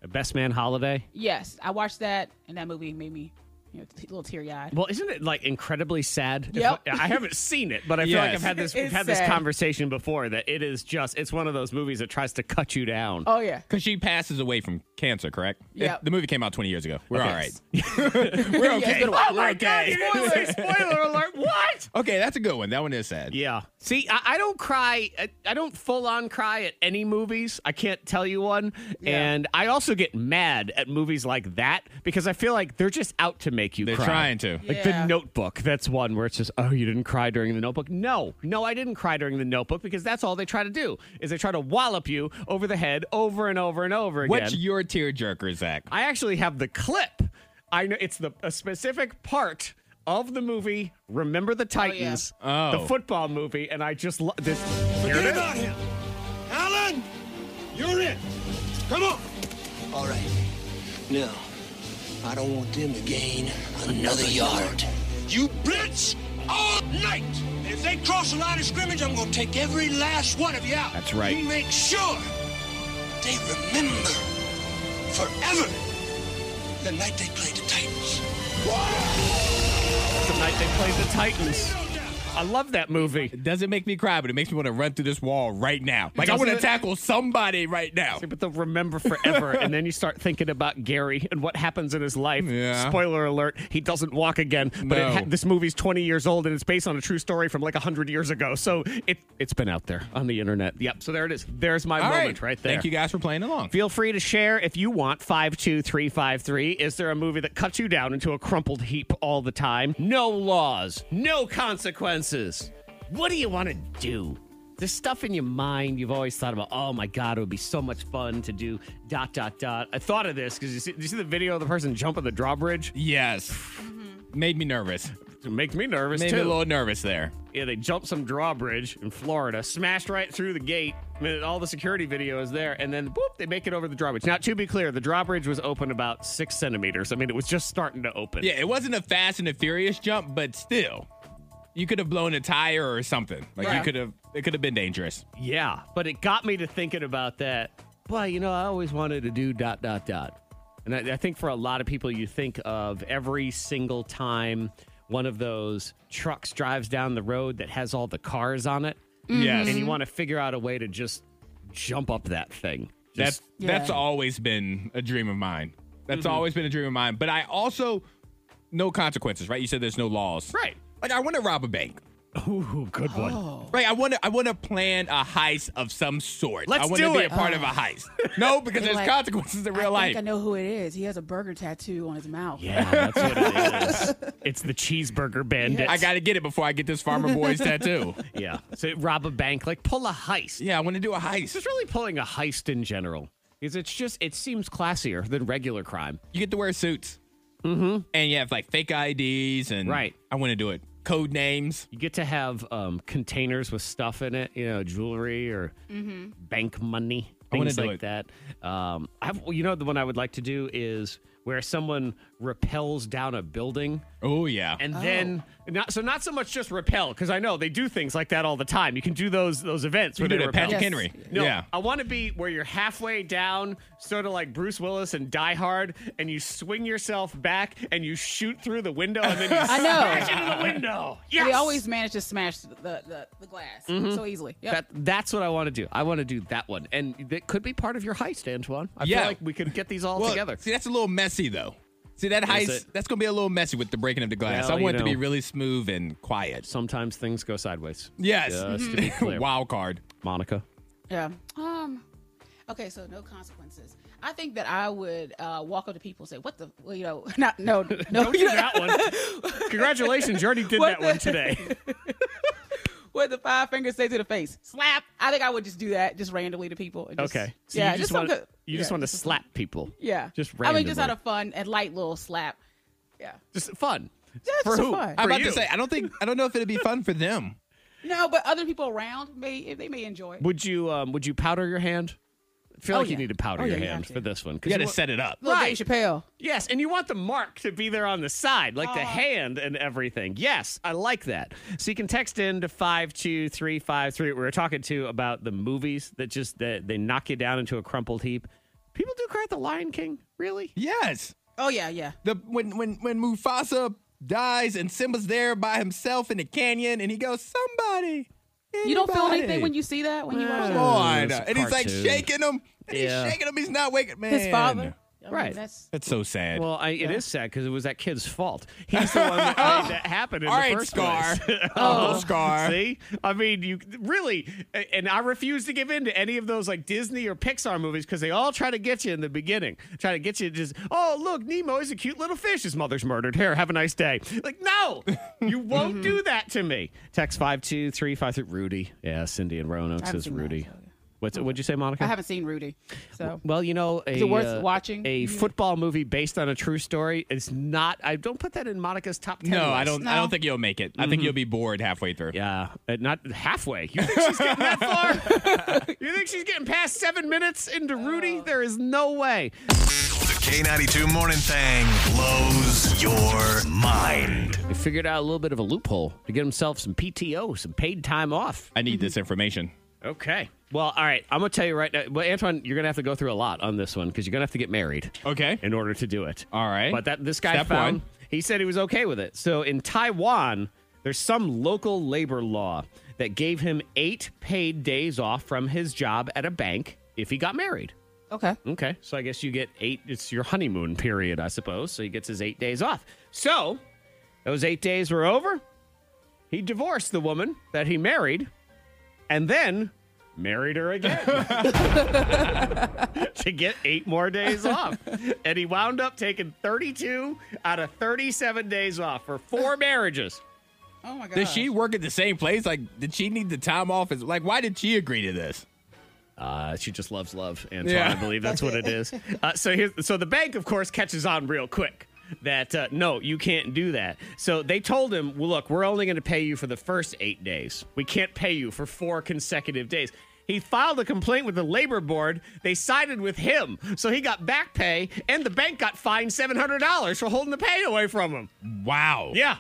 Best Man Holiday.
Yes, I watched that, and that movie made me, you know, t- a little teary eyed.
Well, isn't it like incredibly sad? If
Yep.
I, I haven't seen it, but I feel like
Yes.
I've had this
It
we've
is
had this
sad.
conversation before that it is just it's one of those movies that tries to cut you down.
Oh yeah,
Because she passes away from cancer, correct?
Yep.
The movie came out 20 years ago. We're
*laughs*
all right.
we're okay.
Oh my god, *laughs* spoiler, spoiler alert. What?
Okay, that's a good one. That one is sad.
Yeah. See, I, I don't cry. I, I don't full on cry at any movies. I can't tell you one. And I also get mad at movies like that because I feel like they're just out to make you
They're
cry.
trying to.
Like
Yeah.
the Notebook. That's one where it's just, oh, you didn't cry during the Notebook. No, no, I didn't cry during the Notebook because that's all they try to do is they try to wallop you over the head over and over and over again.
What's your tear jerker, Zach?
I actually have the clip. I know it's the a specific part of the movie Remember the Titans,
yeah. Oh.
the football movie, and I just love this. Here it
Forget
is.
about him. Alan, you're in. Come on.
All right. No, I don't want them to gain another yard.
You blitz all night. And if they cross the line of scrimmage, I'm going to take every last one of you out.
That's right.
You make sure they remember forever the night they played the Titans.
The night they played the *laughs* Titans. I love that movie.
It doesn't make me cry, but it makes me want to run through this wall right now. Like, I
Doesn't
want to
it?
tackle somebody right now.
But they'll remember forever, and then you start thinking about Gary and what happens in his life.
Yeah.
Spoiler alert: he doesn't walk again. But it
No.
ha- this movie's 20 years old, and it's based on a true story from like 100 years ago. So it it's been out there on the internet. Yep. So there it is. There's my
All
moment
right.
right, there.
Thank you guys for playing along.
Feel free to share if you want. 52353. Is there a movie that cuts you down into a crumpled heap all the time? No laws, no consequences. What do you want to do? There's stuff in your mind you've always thought about. Oh my God, it would be so much fun to do dot, dot, dot. I thought of this because you see, you see the video of the person jumping the drawbridge?
Yes.
Mm-hmm.
Made me nervous.
It makes me nervous
Made
too.
me a little nervous there.
Yeah, they jumped some drawbridge in Florida, smashed right through the gate. I mean, all the security video is there, and then boop, they make it over the drawbridge. Now, to be clear, the drawbridge was open about six centimeters. I mean, it was just starting to open.
Yeah, it wasn't a fast and a furious jump, but still. You could have blown a tire or something. Like you
Right.
could have it could have been dangerous.
yeah, but it got me to thinking about that. Well, you know, I always wanted to do dot dot dot, and I, I think for a lot of people, you think of every single time one of those trucks drives down the road that has all the cars on it,
Mm-hmm.
Yes.
and you want to figure out a way to just jump up that thing.
That's
Just,
that's
Yeah. Mm-hmm.
always been a dream of mine. That's always been a dream of mine. But I also no consequences, right? You said there's no laws.
Right.
Like I want to rob a bank.
Ooh, good one.
Right, I want to. I want to plan a heist of some sort.
Let's
I want to
do
be
it.
a part of
*laughs*
a heist. No, because
They're
there's
like,
consequences in real
I
life.
think I know who it is. He has a burger tattoo on his mouth.
Yeah, that's what it is. It's the cheeseburger bandit.
I got to get it before I get this farmer
*laughs*
boy's tattoo.
yeah. So rob a bank, like pull a heist.
Yeah, I want to do a heist.
Just really pulling a heist in general. Because it's just it seems classier than regular crime.
You get to wear suits. Mm-hmm. And you have like fake IDs and
Right.
I want to do it. Code names.
You get to have um, containers with stuff in it, you know, jewelry or bank money,
I wanna
things
do
like that. Um, I've, you know, the one I would like to do is where someone rappels down a building.
Oh yeah.
And then, not, so not so much just rappel, because I know they do things like that all the time. You can do those those events
you
where
do
they
the
rappel.
Patrick Henry.
No,
Yeah.
I want to be where you're halfway down, sort of like Bruce Willis and Die Hard, and you swing yourself back and you shoot through the window and then you
*laughs* I
smash
know.
into the window.
They
Yes. Mm-hmm.
always manage to smash the, the, the glass so easily. Yep.
That, that's what I want to do. I want to do that one, and that could be part of your heist, Antoine. I
Yeah.
feel like we could get these all
Well,
together.
See, that's a little messy though. See that heist?
it?
That's gonna be a little messy with the breaking of the glass.
Well,
I want
you
it to be
know.
really smooth and quiet.
Sometimes things go sideways.
Yes.
Just
*laughs*
to be clear.
Wild card. *laughs*
Monica.
Yeah. Um. Okay, so no consequences. I think that I would uh, walk up to people and say, "What the? Well, you know, *laughs* not no no."
*laughs* Don't do that one. Congratulations, you already did that
What the-
one
*laughs*
today.
What the five fingers say to the face? Slap. I think I would just do that, just randomly to people. And just,
Okay. So
yeah.
you just,
some
want to,
good-
you just
yeah,
want to slap people.
Yeah.
Just
I
randomly.
mean, just out of fun and light little slap. Yeah.
Just fun. for
just
who?
fun.
For
I'm about
you.
to say I don't think I don't know if it'd be fun
*laughs*
for them.
No, but other people around may they may enjoy. it.
Would you um would you powder your hand? I feel
Oh,
like you
yeah.
need to powder
Oh, yeah,
your
you
hand
have to.
for this one. 'cause
You got to
want-
set it up.
Little
right.
Dave Chappelle.
Yes, and you want the mark to be there on the side, like the
Oh.
hand and everything. Yes, I like that. So you can text in to 52353. We were talking to about the movies that just that they knock you down into a crumpled heap. People do cry at the Lion King, really?
Yes.
Oh yeah, yeah.
The when when when Mufasa dies and Simba's there by himself in the canyon and he goes, "Somebody."
You don't feel
anybody."
anything when you see that when you watch
Come
that?
on.
It's a
And he's like
cartoon.
shaking him. And
Yeah.
He's shaking him. He's not waking. Man.
His father. I mean,
Right.
That's
That's so sad.
Well, I, it is sad because it was that kid's fault. He's
*laughs*
the one that made that happen in
All
the
right,
first
Scar.
place.
*laughs*
*laughs*
Oh, Scar.
See, I mean, you really, and I refuse to give in to any of those like Disney or Pixar movies because they all try to get you in the beginning, try to get you to just, oh look, Nemo is a cute little fish. His mother's murdered. Here, have a nice day. Like, no,
*laughs*
you
Mm-hmm.
won't do that to me. Text five two three five three. Rudy, yeah, Cindy and Roanoke
haven't
says
seen that,
Rudy.
so, yeah.
What's what'd you say, Monica?
I haven't seen Rudy. So
Well, you know, a, uh,
it worth watching? Mm-hmm.
A
You-
football movie based on a true story is not. I don't put that in Monica's top ten.
no, I
list.
don't. I don't think you'll make it. I think you'll be bored halfway through.
Yeah, uh, not halfway. You think she's getting that far? *laughs* you think she's getting past seven minutes into
Oh.
Rudy? There is no way.
The K92 Morning Thing blows your mind.
They figured out a little bit of a loophole to get himself some PTO, some paid time off.
I need this information.
Okay. Well, all right. I'm gonna tell you right now. Well, Antoine, you're gonna have to go through a lot on this one because you're gonna have to get married.
Okay.
in order to do it.
All right.
But that this guy
Step
found
one.
he said he was okay with it. So in Taiwan, there's some local labor law that gave him 8 paid days off from his job at a bank if he got married.
okay.
Okay. So I guess you get 8 it's your honeymoon period, I suppose. So he gets his 8 days off. So those 8 days were over. He divorced the woman that he married and then married her again *laughs* to get eight more days off. And he wound up taking 32 out of 37 days off for four marriages.
Oh my god.
Did she work at the same place? Like, did she need the time off? As, like, why did she agree to this?
Uh, she just loves love, and
Yeah.
I believe that's what it is. *laughs* Uh, so here's, so the bank, of course, catches on real quick that uh, no, you can't do that. So they told him, well, look, we're only going to pay you for the first eight days. We can't pay you for four consecutive days. He filed a complaint with the labor board. They sided with him, so he got back pay, and the bank got fined seven hundred dollars for holding the pay away from him.
Wow.
Yeah,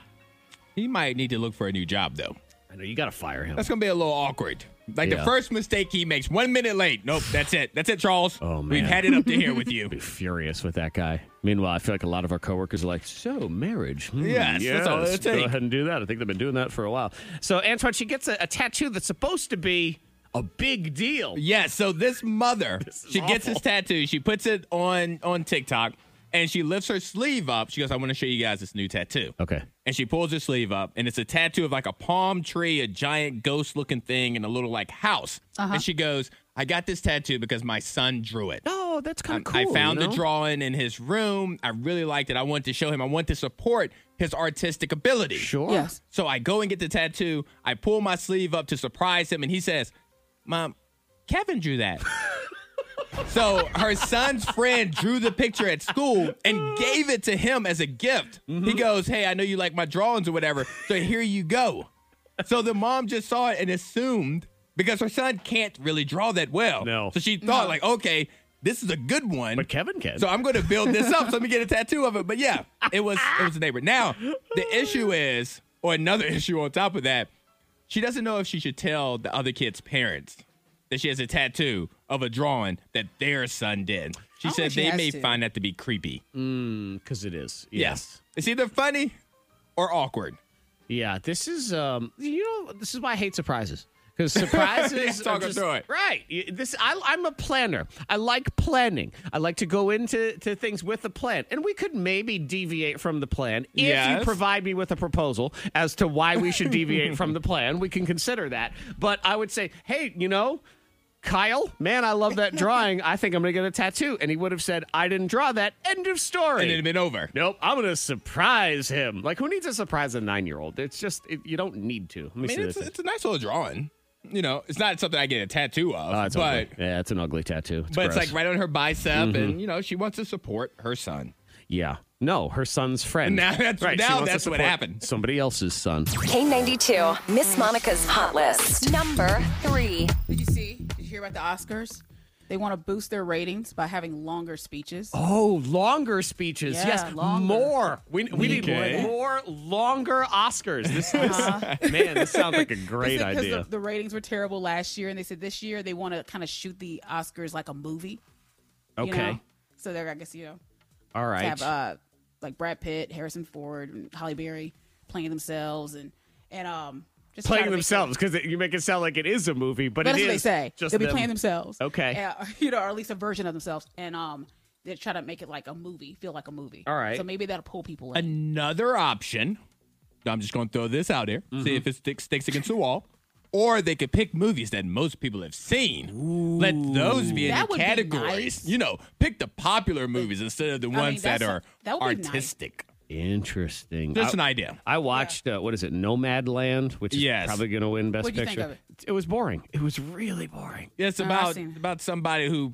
He might need to look for a new job though.
I know you got to fire him.
That's gonna be a little awkward. Like
Yeah.
the first mistake he makes, one minute late. Nope, that's it. That's it, Charles.
Oh, man.
We've had it up to *laughs* here with you.
be furious with that guy. Meanwhile, I feel like a lot of our coworkers are like, "So, marriage? Hmm,
Yes, that's all
let's
it'll
go
take."
ahead and do that." I think they've been doing that for a while. So, Antoine, she gets a, a tattoo that's supposed to be a big deal.
Yeah, so this mother,
*laughs* is
she gets
awful.
this tattoo, she puts it on on TikTok, And she lifts her sleeve up. She goes, I want to show you guys this new tattoo.
Okay.
And she pulls her sleeve up, and it's a tattoo of like a palm tree, a giant ghost looking thing, and a little like house. And she goes, I got this tattoo because my son drew it.
Oh, that's kind
I- I found the drawing in his room. I really liked it. I want to show him. I want to support his artistic ability.
Sure.
Yes.
So I go and get the tattoo. I pull my sleeve up to surprise him, and he says, Mom, Kevin
*laughs*
drew that. so her son's friend drew the picture at school and gave it to him as a gift. He
Mm-hmm.
goes, Hey, I know you like my drawings or whatever. So here you go. So the mom just saw it and assumed because her son can't really draw that well.
No.
So she thought, like, okay, this is a good one.
But Kevin can.
So I'm going to build this up. so let me get a tattoo of it. But yeah, it was it was a neighbor. Now the issue is, or another *laughs* issue on top of that, she doesn't know if she should tell the other kid's parents that she has a tattoo of a drawing that their son did. She
I wonder
said
if she
they
has
may
to.
find that to be creepy.
because it is.
Yes, it's either funny or awkward.
Yeah, this is um you know this is why I hate surprises.
*laughs*
Because surprises
Yeah, talk
are
her
just-
through it.
right. Y- This I, I'm a planner. I like planning. I like to go into to things with a plan, and we could maybe deviate from the plan if
Yes.
you provide me with a proposal as to why we should deviate
*laughs*
from the plan. We can consider that. But I would say, hey, you know. Kyle, man, I love that drawing. I think I'm going to get a tattoo. And he would have said, I didn't draw that. End of story.
And it'd been over.
Nope, I'm gonna surprise him. Like, who needs to surprise a nine year old? It's just it, you don't need to. Let me
I mean,
see
it's,
this.
it's a nice little drawing. You know, it's not something I get a tattoo of,
Oh, it's
but
ugly. yeah, it's an ugly tattoo. It's
but it's
gross.
like right on her bicep, and you know, she wants to support her son.
yeah, no, her son's friend.
Now that's-
right. she
now
wants to
that's what
support
happened.
Somebody else's son.
K92, Miss Monica's Hot List. Number three.
Did you see? Did you hear about the Oscars? They want to boost their ratings by having longer speeches.
Oh, longer speeches.
Yeah,
yes,
longer.
more. We, we need
Okay.
more, longer Oscars. This, this-
Uh-huh.
man, this sounds like a great idea.
The, the ratings were terrible last year, and they said this year they want to kind of shoot the Oscars like a movie. you
okay,
know? So they're, I guess, you know,
all right.
have uh, like Brad Pitt, Harrison Ford, and Holly Berry playing themselves and and um just try
playing
to make
themselves because you make it sound like it is a movie, but
That's
it
what they
is
say.
Just
They'll be
them-
playing themselves.
Okay.
Uh, you know, or *laughs* at least a version of themselves, and um, they try to make it like a movie, feel like a movie.
All right.
So maybe that'll pull people in.
Another option, I'm just going to throw this out here,
Mm-hmm.
see if it sticks, sticks against the wall. Or they could pick movies that most people have seen. Let those be in
That
the
would be
categories.
nice.
You know, pick the popular movies instead of the
mean,
ones that
that's-
are
that would be nice.
artistic.
Interesting.
Just
I-
an idea.
I watched uh, what is it, Nomad Land, which is
Yes.
probably going to win Best
What'd you
Picture.
think of it?
was boring. It was really boring.
It's
I've
about
seen it.
about somebody who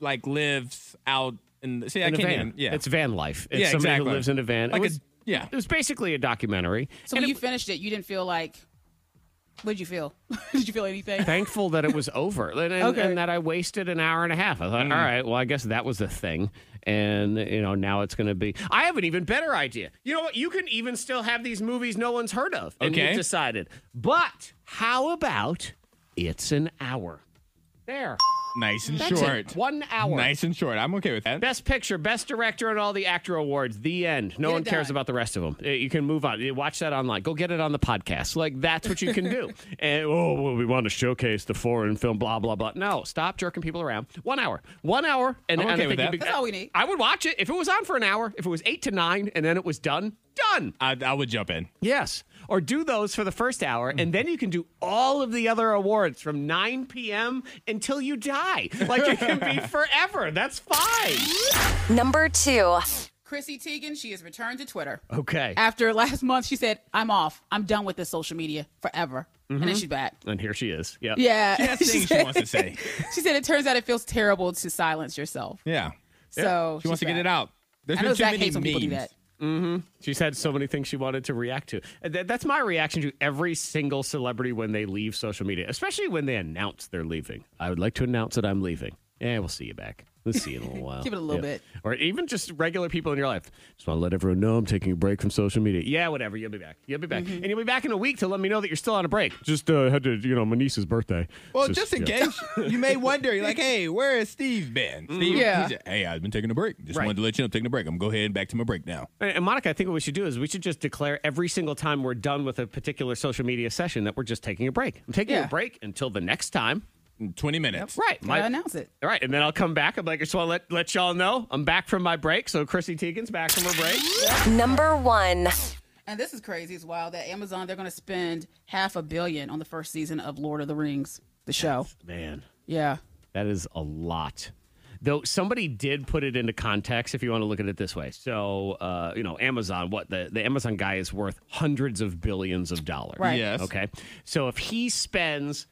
like lives out in the, see I
In a
can't
van.
even yeah.
It's van life. It's
Yeah,
somebody
exactly.
who lives in a van. it
Like a-
was,
yeah.
It was basically a documentary.
so when you finished it, you didn't feel like. What did you feel? *laughs* did you feel anything?
Thankful that it
*laughs*
was over and, and-
Okay.
and that I wasted an hour and a half. I thought,
Mm.
all right, well, I guess that was the thing. And, you know, now it's going to be. I have an even better idea. You know what? You can even still have these movies no one's heard of. And
Okay.
you've decided. But how about it's an hour? There.
nice and
That's
short.
it. One hour.
Nice and short. I'm okay with that.
Best picture, best director, and all the actor awards. The end. No
Get it
one cares
done.
about the rest of them. Uh, You can move on. You Watch that online. Go get it on the podcast. Like that's what you can
*laughs*
do. and oh, well, we want to showcase the foreign film. Blah blah blah. No, stop jerking people around. One hour. One hour. And
I'm
and
okay
I
with
think you'd
that.
be-
That's all we need.
I would watch it if it was on for an hour. If it was eight to nine, and then it was done. Done.
I, I would jump
*laughs*
in.
Yes. Or do those for the first hour, and then you can do all of the other awards from 9 p.m. until you die. Like it can be forever. That's fine.
Number two.
Chrissy Teigen, she has returned to Twitter.
Okay.
After last month, she said, "I'm off. I'm done with this social media forever." And then she's back.
And here Mm-hmm. she is. Yeah.
Yeah.
She
*laughs*
has things she wants to say.
She said, "It turns out it feels terrible to silence yourself."
Yeah.
So
She wants to
Oh, she's
get
back.
it out. There's
I know
been too
Zach
many
hates when people do
memes.
that.
She's had so many things she wanted to react to. And that- That's my reaction to every single celebrity when they leave social media, especially when they announce they're leaving. I would like to announce that I'm leaving. Yeah, we'll see you back. We'll see you in a little while.
*laughs* Give it a little
Yeah.
bit.
Or even just regular people in your life. Just want to let everyone know I'm taking a break from social media. Yeah, whatever. You'll be back. You'll be back.
Mm-hmm.
And you'll be back in a week to let me know that you're still on a break. Just uh, had to, you know, my niece's birthday.
Well, just, in
yeah.
case you *laughs* may wonder, you're like, hey, where has Steve been? Steve,
Yeah.
he's- hey, I've been taking a break. Just
Right.
wanted to let you know, I'm taking a break. I'm going to go ahead and back to my break now.
And and Monica, I think what we should do is we should just declare every single time we're done with a particular social media session that we're just taking a break. I'm taking
Yeah.
a break until the next time.
in 20 minutes.
Right.
My-
I announce it.
All right, and then I'll come back. I'm like, I just want to let, let y'all know I'm back from my break. So Chrissy Teigen's back from her break.
Number one.
And this is crazy. It's wild that Amazon they're going to spend half a billion on the first season of Lord of the Rings, the show.
Man,
Yeah.
that is a lot. Though somebody did put it into context if you want to look at it this way. So, uh, you know, Amazon, what the, the Amazon guy is worth hundreds of billions of dollars.
Right.
Yes.
Okay. So if he spends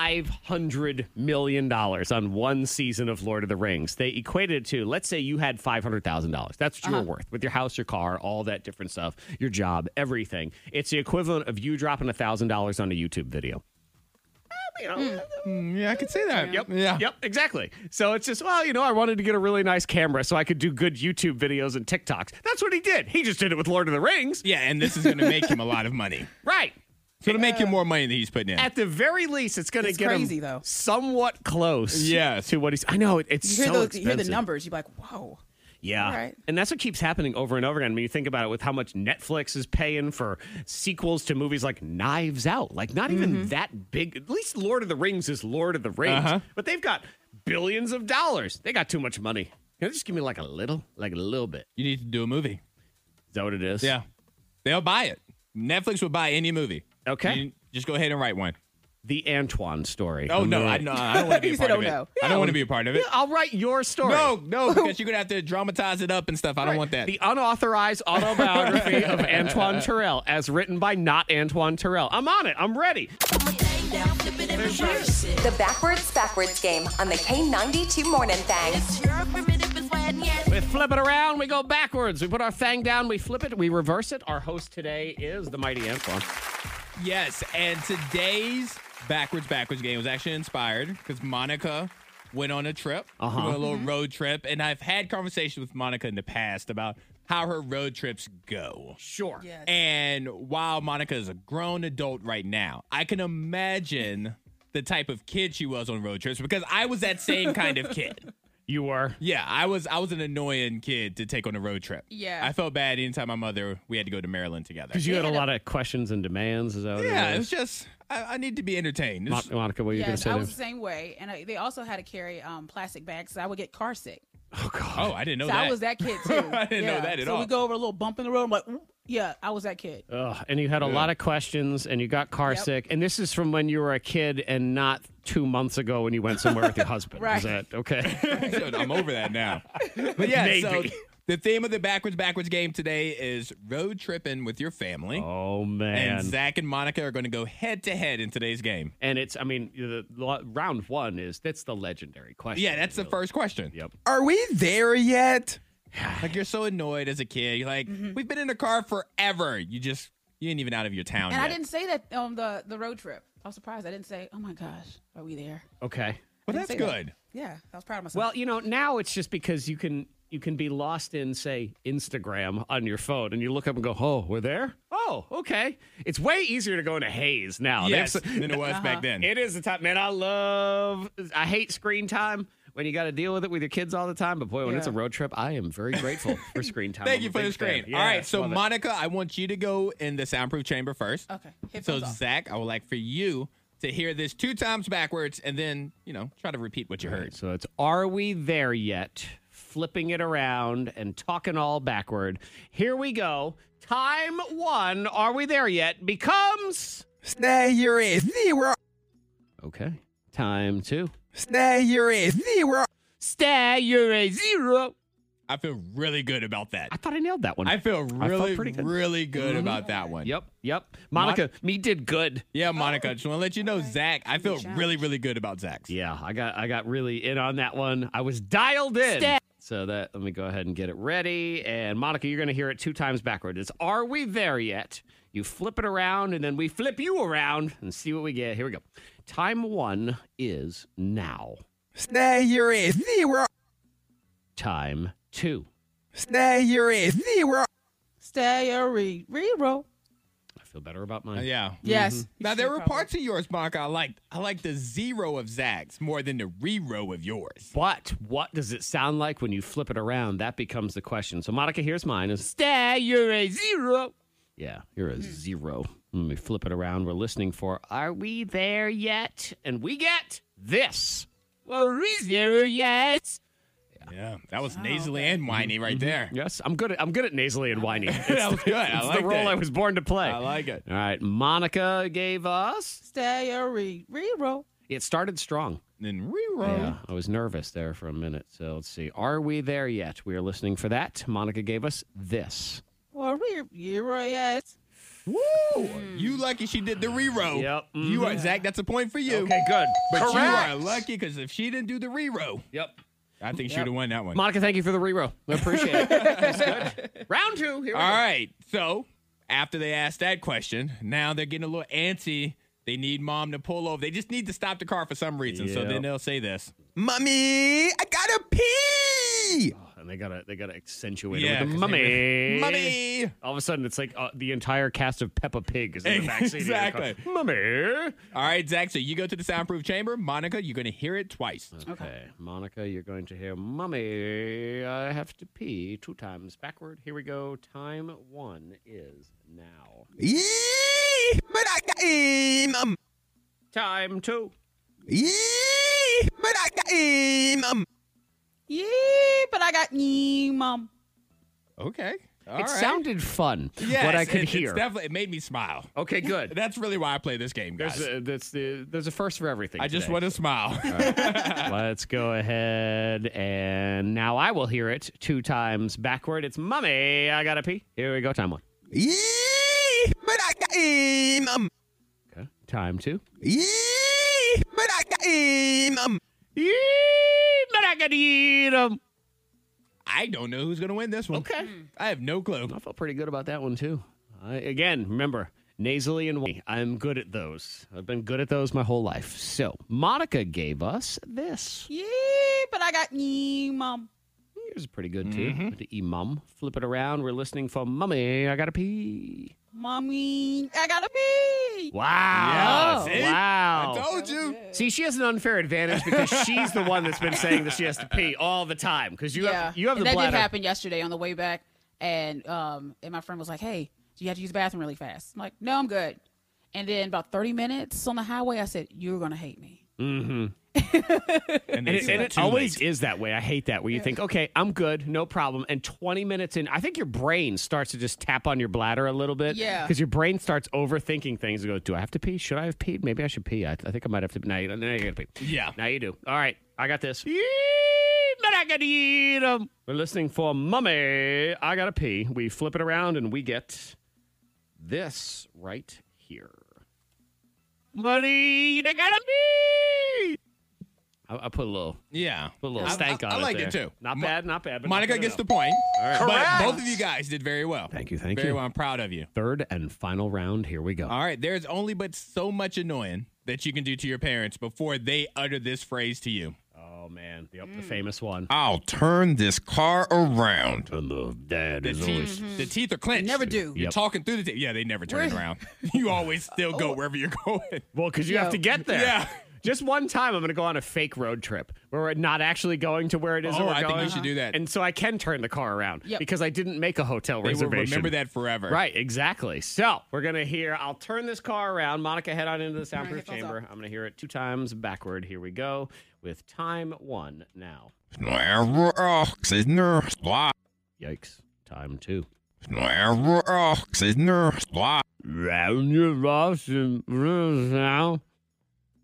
$500 million on one season of Lord of the Rings, they equated it to, let's say you had $500,000. That's what you were worth with your house, your car, all that different stuff, your job, everything. It's the equivalent of you dropping $1,000 on a YouTube video. You know,
Yeah, I could say that.
Yep.
Yeah.
Yep. Exactly. So it's just, well, you know, I wanted to get a really nice camera so I could do good YouTube videos and TikToks. That's what he did. He just did it with Lord of the Rings.
Yeah, and this is going to make him a lot of money.
Right.
It's going to make him more money than he's putting in.
At the very least, it's going to
It's
get
crazy,
him
though.
somewhat close.
Yes.
To what he's. I know it, it's
You
so
hear, those, you
expensive.
hear the numbers, you're like, whoa.
Yeah.
All right.
And that's what keeps happening over and over again. When you think about it with how much Netflix is paying for sequels to movies like Knives Out, like not even that big. At least Lord of the Rings is Lord of the Rings,
Mm-hmm. Uh-huh.
but they've got billions of dollars. They got too much money. Can you just give me like a little, like a little bit?
you need to do a movie.
Is that what it is?
Yeah. They'll buy it. Netflix would buy any movie.
Okay.
You just go ahead and write one.
The Antoine story.
Oh,
I'm
no.
really-
I, no I
*laughs*
don't want to be
You
a part
said,
of
"Oh,
it.
no."
I don't want to be a part of it.
I'll write your story.
No, no,
*laughs*
because you're going to have to dramatize it up and stuff. I don't want that.
The unauthorized
*laughs*
autobiography of Antoine Terrell, as written by not Antoine Terrell. I'm on it. I'm ready.
The backwards, backwards game on the K92 Morning Thing.
We flip it around, we go backwards. We put our thing down, we flip it, we reverse it. Our host today is the mighty Antoine.
Yes, and today's backwards backwards game was actually inspired because Monica went on a trip,
Uh-huh.
went on a little road trip, and I've had conversations with Monica in the past about how her road trips go.
Sure.
Yes.
And while Monica is a grown adult right now, I can imagine the type of kid she was on road trips because I was that same kind of
*laughs*
kid.
You were.
Yeah, I was I was an annoying kid to take on a road trip.
Yeah.
I felt bad anytime my mother we had to go to Maryland together.
Because you had a lot of questions and demands. Is that what
Yeah,
it
it's
is?
just I, I need to be entertained. It's-
Mon- Monica, what are you
Yes, I
going
was
to
the
say?
same way. And I, they also had to carry um, plastic bags, so I would get car sick.
there? Oh, God.
Oh, I didn't know
So
that.
I was
*laughs*
that kid, too.
I didn't know
Yeah.
that at
so
all. Oh,
we go over a little bump in the road. I'm like, "Ooh." yeah, I was that kid.
Ugh, and you had a lot of questions and you got car
Yep.
sick. And this is from when you were a kid and not two months ago when you went somewhere
*laughs*
with your husband.
Right.
Is that
*laughs*
okay?
So I'm over that now. But yeah, so
Maybe.
the theme of the backwards backwards game today is road tripping with your family.
oh, man.
and Zach and Monica are going to go head to head in today's game.
And it's, I mean, the, the round one is that's the legendary question.
Yeah, that's the
really.
first question.
Yep.
Are we
*sighs*
there yet? like you're so annoyed as a kid. You're like,
Mm-hmm.
we've been in the car forever. You just you ain't even out of your town.
And I
yet."
didn't say that on the, the road trip. I was surprised. I didn't say, oh my gosh, are we there?
Okay.
Well,
didn't
that's
say that.
good.
Yeah, I was proud of myself.
Well, you know, now it's just because you can you can be lost in say Instagram on your phone, and you look up and go, "Oh, we're there." Oh, okay. It's way easier to go into haze now.
Yes,
There's-
Oh, than it was
Uh-huh.
back then.
it is the time, man. I love. I hate screen time. When you got to deal with it with your kids all the time, but boy, when it's a
Yeah.
road trip, I am very grateful for
*laughs*
screen time.
Thank
I'm
you
a
for the
big fan.
screen. All
Yes,
right, so
love it.
Monica, I want you to go in the soundproof chamber first.
okay.
So
Headphones off.
Zach, I would like for you to hear this two times backwards, and then you know try to repeat what you heard.
So it's Are We There Yet? Flipping it around and talking all backward. Here we go. Time one, Are We There Yet? becomes.
Stay your ass zero.
Okay. Time two.
Stay your ass zero.
Stay, you're a zero.
I feel really good about that.
I thought I nailed that one.
I feel really,
pretty good.
really good Mm-hmm. about that one.
yep, yep. Monica, me did good.
Yeah, Monica, I just want to let you know, Zach, I feel really, really good about Zach's.
Yeah, I got I got really in on that one. I was dialed in. So that let me go ahead and get it ready. And Monica, you're gonna hear it two times backward. It's are we there yet? You flip it around and then we flip you around and see what we get. Here we go. Time one is now.
Stay your ass zero.
Time two.
Stay your ass zero.
Stay or re- re-roll.
Mm-hmm.
I feel better about mine.
Uh, Yeah.
Yes.
Now
You
there
should
were
probably-
parts of yours, Monica, I liked. I liked the zero of Zach's more than the re-row of yours.
But what does it sound like when you flip it around? That becomes
Hmm.
the question. So Monica, here's mine is stay, you're a zero. Yeah, you're a zero. Let me flip it around. We're listening for Are We There Yet? And we get this. Are we there yet?
Yeah, Mm-hmm. that
Oh,
was nasally and whiny right there.
Yes, I'm good at I'm good at nasally and whiny. It's
that was good. *laughs* I
the
like
role
that.
I was born to play.
I like it.
All right, Monica gave us.
Stay or re- reroll.
It started strong.
Then reroll.
Yeah, I was nervous there for a minute. So let's see. Are we there yet? We are listening for that. Monica gave us this.
Or re- reroll, yes.
Woo! You lucky she did the reroll.
Hmm. Yep. Mm-hmm.
You are Zach. That's a point for you.
Okay, good.
But
Correct.
you are lucky because if she didn't do the reroll,
Yep.
I think she'd have won that one.
Monica, thank you for the reroll. I appreciate
*laughs*
it. That's good. Round two. Here we
All right. So after they asked that question, now they're getting a little antsy. They need mom to pull over. They just need to stop the car for some reason. So
Yep.
then they'll say this, "Mommy, I gotta pee."
go. And they gotta they gotta accentuate
Yeah,
it with the
'cause they
mummy.
Mommy.
All of a sudden, it's like uh, the entire cast of Peppa Pig is in the backseat.
Exactly.
Of your car. Mummy.
All right, Zach. So you go to the soundproof chamber. Monica, you're gonna hear it twice.
Okay, Monica, you're going to hear Mummy, I have to pee two times backward. Here we go. Time one is now.
but I got him. Um,
Time two.
but I got him. um.
Yeah, but I got ye, mom.
Okay. All
it
right.
sounded fun,
Yes,
what I
it-
could
it's
hear.
definitely, it made me smile.
okay, good.
That's really why I play this game, guys.
There's a, that's the, there's a first for everything.
I just
today.
want to smile. *laughs*
*laughs* Let's go ahead and now I will hear it two times backward. It's Mummy, I gotta pee. Here we go. Time one.
but I got him. Um,
Okay. Time two.
but I got him. Um,
Yee, but I gotta eat 'em.
I don't know who's going to win this one.
Okay.
I have no clue.
I felt pretty good about that one too. I, again, remember nasally and whiny. I'm good at those. I've been good at those my whole life. So Monica gave us this.
Yeah, but I got ye, mom.
Here's pretty good too. The e mum. Flip it around. We're listening for mummy. I gotta pee.
Mommy, I gotta pee.
Wow.
Yeah, see?
Wow.
I *laughs* told you.
See, she has an unfair advantage because she's the one that's been saying that she has to pee all the time. Because you
yeah,
have you have
and
the
that
bladder.
did happen yesterday on the way back, and um, and my friend was like, "Hey, do you have to use the bathroom really fast?" I'm like, "No, I'm good." And then about 30 minutes on the highway, I said, "You're gonna hate me."
And,
And
they
it,
said
and it
too
always
late.
is that way. I hate that where you think, okay, I'm good, no problem. And 20 minutes in, I think your brain starts to just tap on your bladder a little bit.
Yeah.
Because your brain starts overthinking things. and goes, do I have to pee? Should I have peed? Maybe I should pee. I, I think I might have to. Now, you- now you got to pee.
Yeah.
Now you do. All right. I got this. Yee, But I got to eat 'em. We're listening for Mummy. I got to pee. We flip it around and we get this right here. Money, I got to pee. I, I put a little
Yeah.
Put a little
I-
stank
I,
on
I
it.
like
there.
it too.
Not
Mo-
bad, not bad. But
Monica
not good
gets the
enough.
point.
right.
But both of you guys did very well.
Thank you, thank
very
you.
well. I'm proud of you.
third and final round. Here we go.
All right. There's only but so much annoying that you can do to your parents before they utter this phrase to you.
Oh man, yep,
Mm.
the famous one.
I'll turn this car around.
And the dad
The
is always. Mm-hmm.
teeth, the teeth are clenched.
Never do.
You're
Yep. Oh.
talking through the teeth. Yeah, they never turn it around. *laughs* You always still go wherever you're going.
Well, because you have to get there.
Yeah.
*laughs* Just one time, I'm going to go on a fake road trip where we're not actually going to where it is. that
Oh,
we're
I think you
going.
should do that.
And so I can turn the car around
Yep.
because I didn't make a hotel
They will
reservation.
remember that forever.
Right, exactly. So we're going to hear, I'll turn this car around. Monica, head on into the soundproof
headphones
chamber. I'm going to hear it two times backward. Here we go with time one now. Yikes. Time two. Round your lost and now.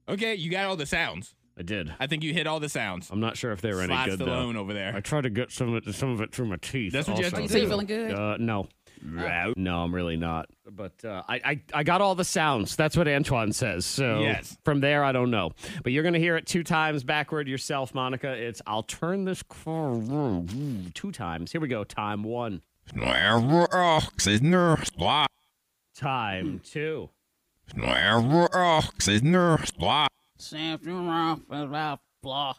Okay, you got all the sounds.
I did.
I think you hit all the sounds.
I'm not sure if they were
Sly
any good
Stallone
though.
over there.
I tried to get some of it, some of it through my teeth.
That's what you have
also.
to
So you feeling good?
Uh, no. Uh, No, I'm really not. But uh, I, I, I got all the sounds. That's what Antoine says. So
Yes.
from there, I don't know. But you're going to hear it two times backward yourself, Monica. It's I'll turn this car around two times. Here we go. Time one. Time two.
Sam, you're wrong, blah blah.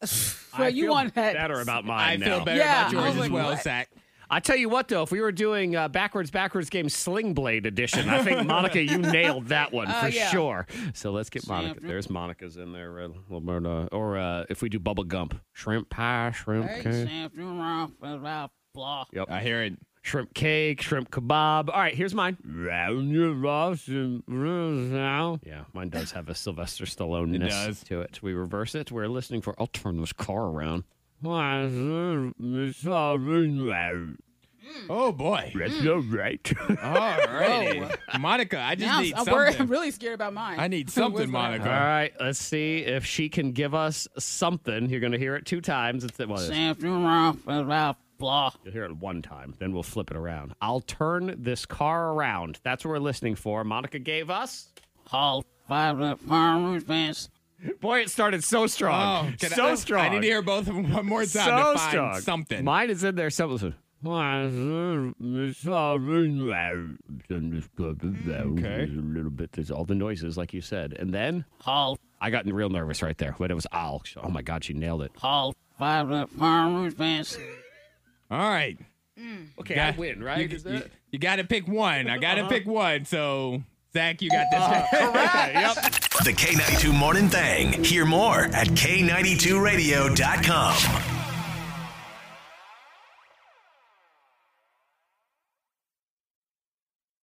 I
*laughs* Well, you
feel
want that?
better about
I
mine now.
feel better
Yeah, Oh I
about yours
was
as
like,
well,
what?
Zach.
I tell you what, though, if we were doing uh, backwards, backwards game Sling Blade edition, I think Monica, you nailed that one for
yeah.
sure. So let's get Monica. There's Monica's in there, uh, little bird, uh, or uh, if we do Bubble Gump, shrimp pie, shrimp
Hey,
cake.
Sam, you're wrong, blah blah.
Yep.
I hear it.
shrimp cake, shrimp kebab. All right, here's mine. Round your loss and now. Yeah, mine does have a Sylvester Stallone
does.
to it. We reverse it. We're listening for. I'll turn this car around. That's
Oh boy.
all right. *laughs*
All right. Monica, I just
Now I'm,
need
I'm
something.
worried- *laughs* I'm really scared about mine.
I need
Where's
something,
mine?
All
Monica.
right, let's see if she can give us something. You're going to hear it two times. It's well, it's-
Sam, you're wrong, blah, blah.
You'll hear it one time, then we'll flip it around. I'll turn this car around. That's what we're listening for. Monica gave us.
Hall five farmers fans.
Boy, it started so strong.
Oh, can
Oh, so
I,
strong.
I need to hear both of them one more time
so
to find
strong.
something.
Mine is in there something.
Mm,
Okay. A little bit. There's all the noises, like you said, and then
Hall
I got real nervous right there when it was "I'll." Oh my God, she nailed it.
hall five farmers fans.
All right.
Okay,
Got-
I win, right?
You,
Is that-
got to pick one. I
Uh-huh.
got to pick one. So, Zach, you got this.
The K92 Morning Thang. Hear more at K92Radio.com.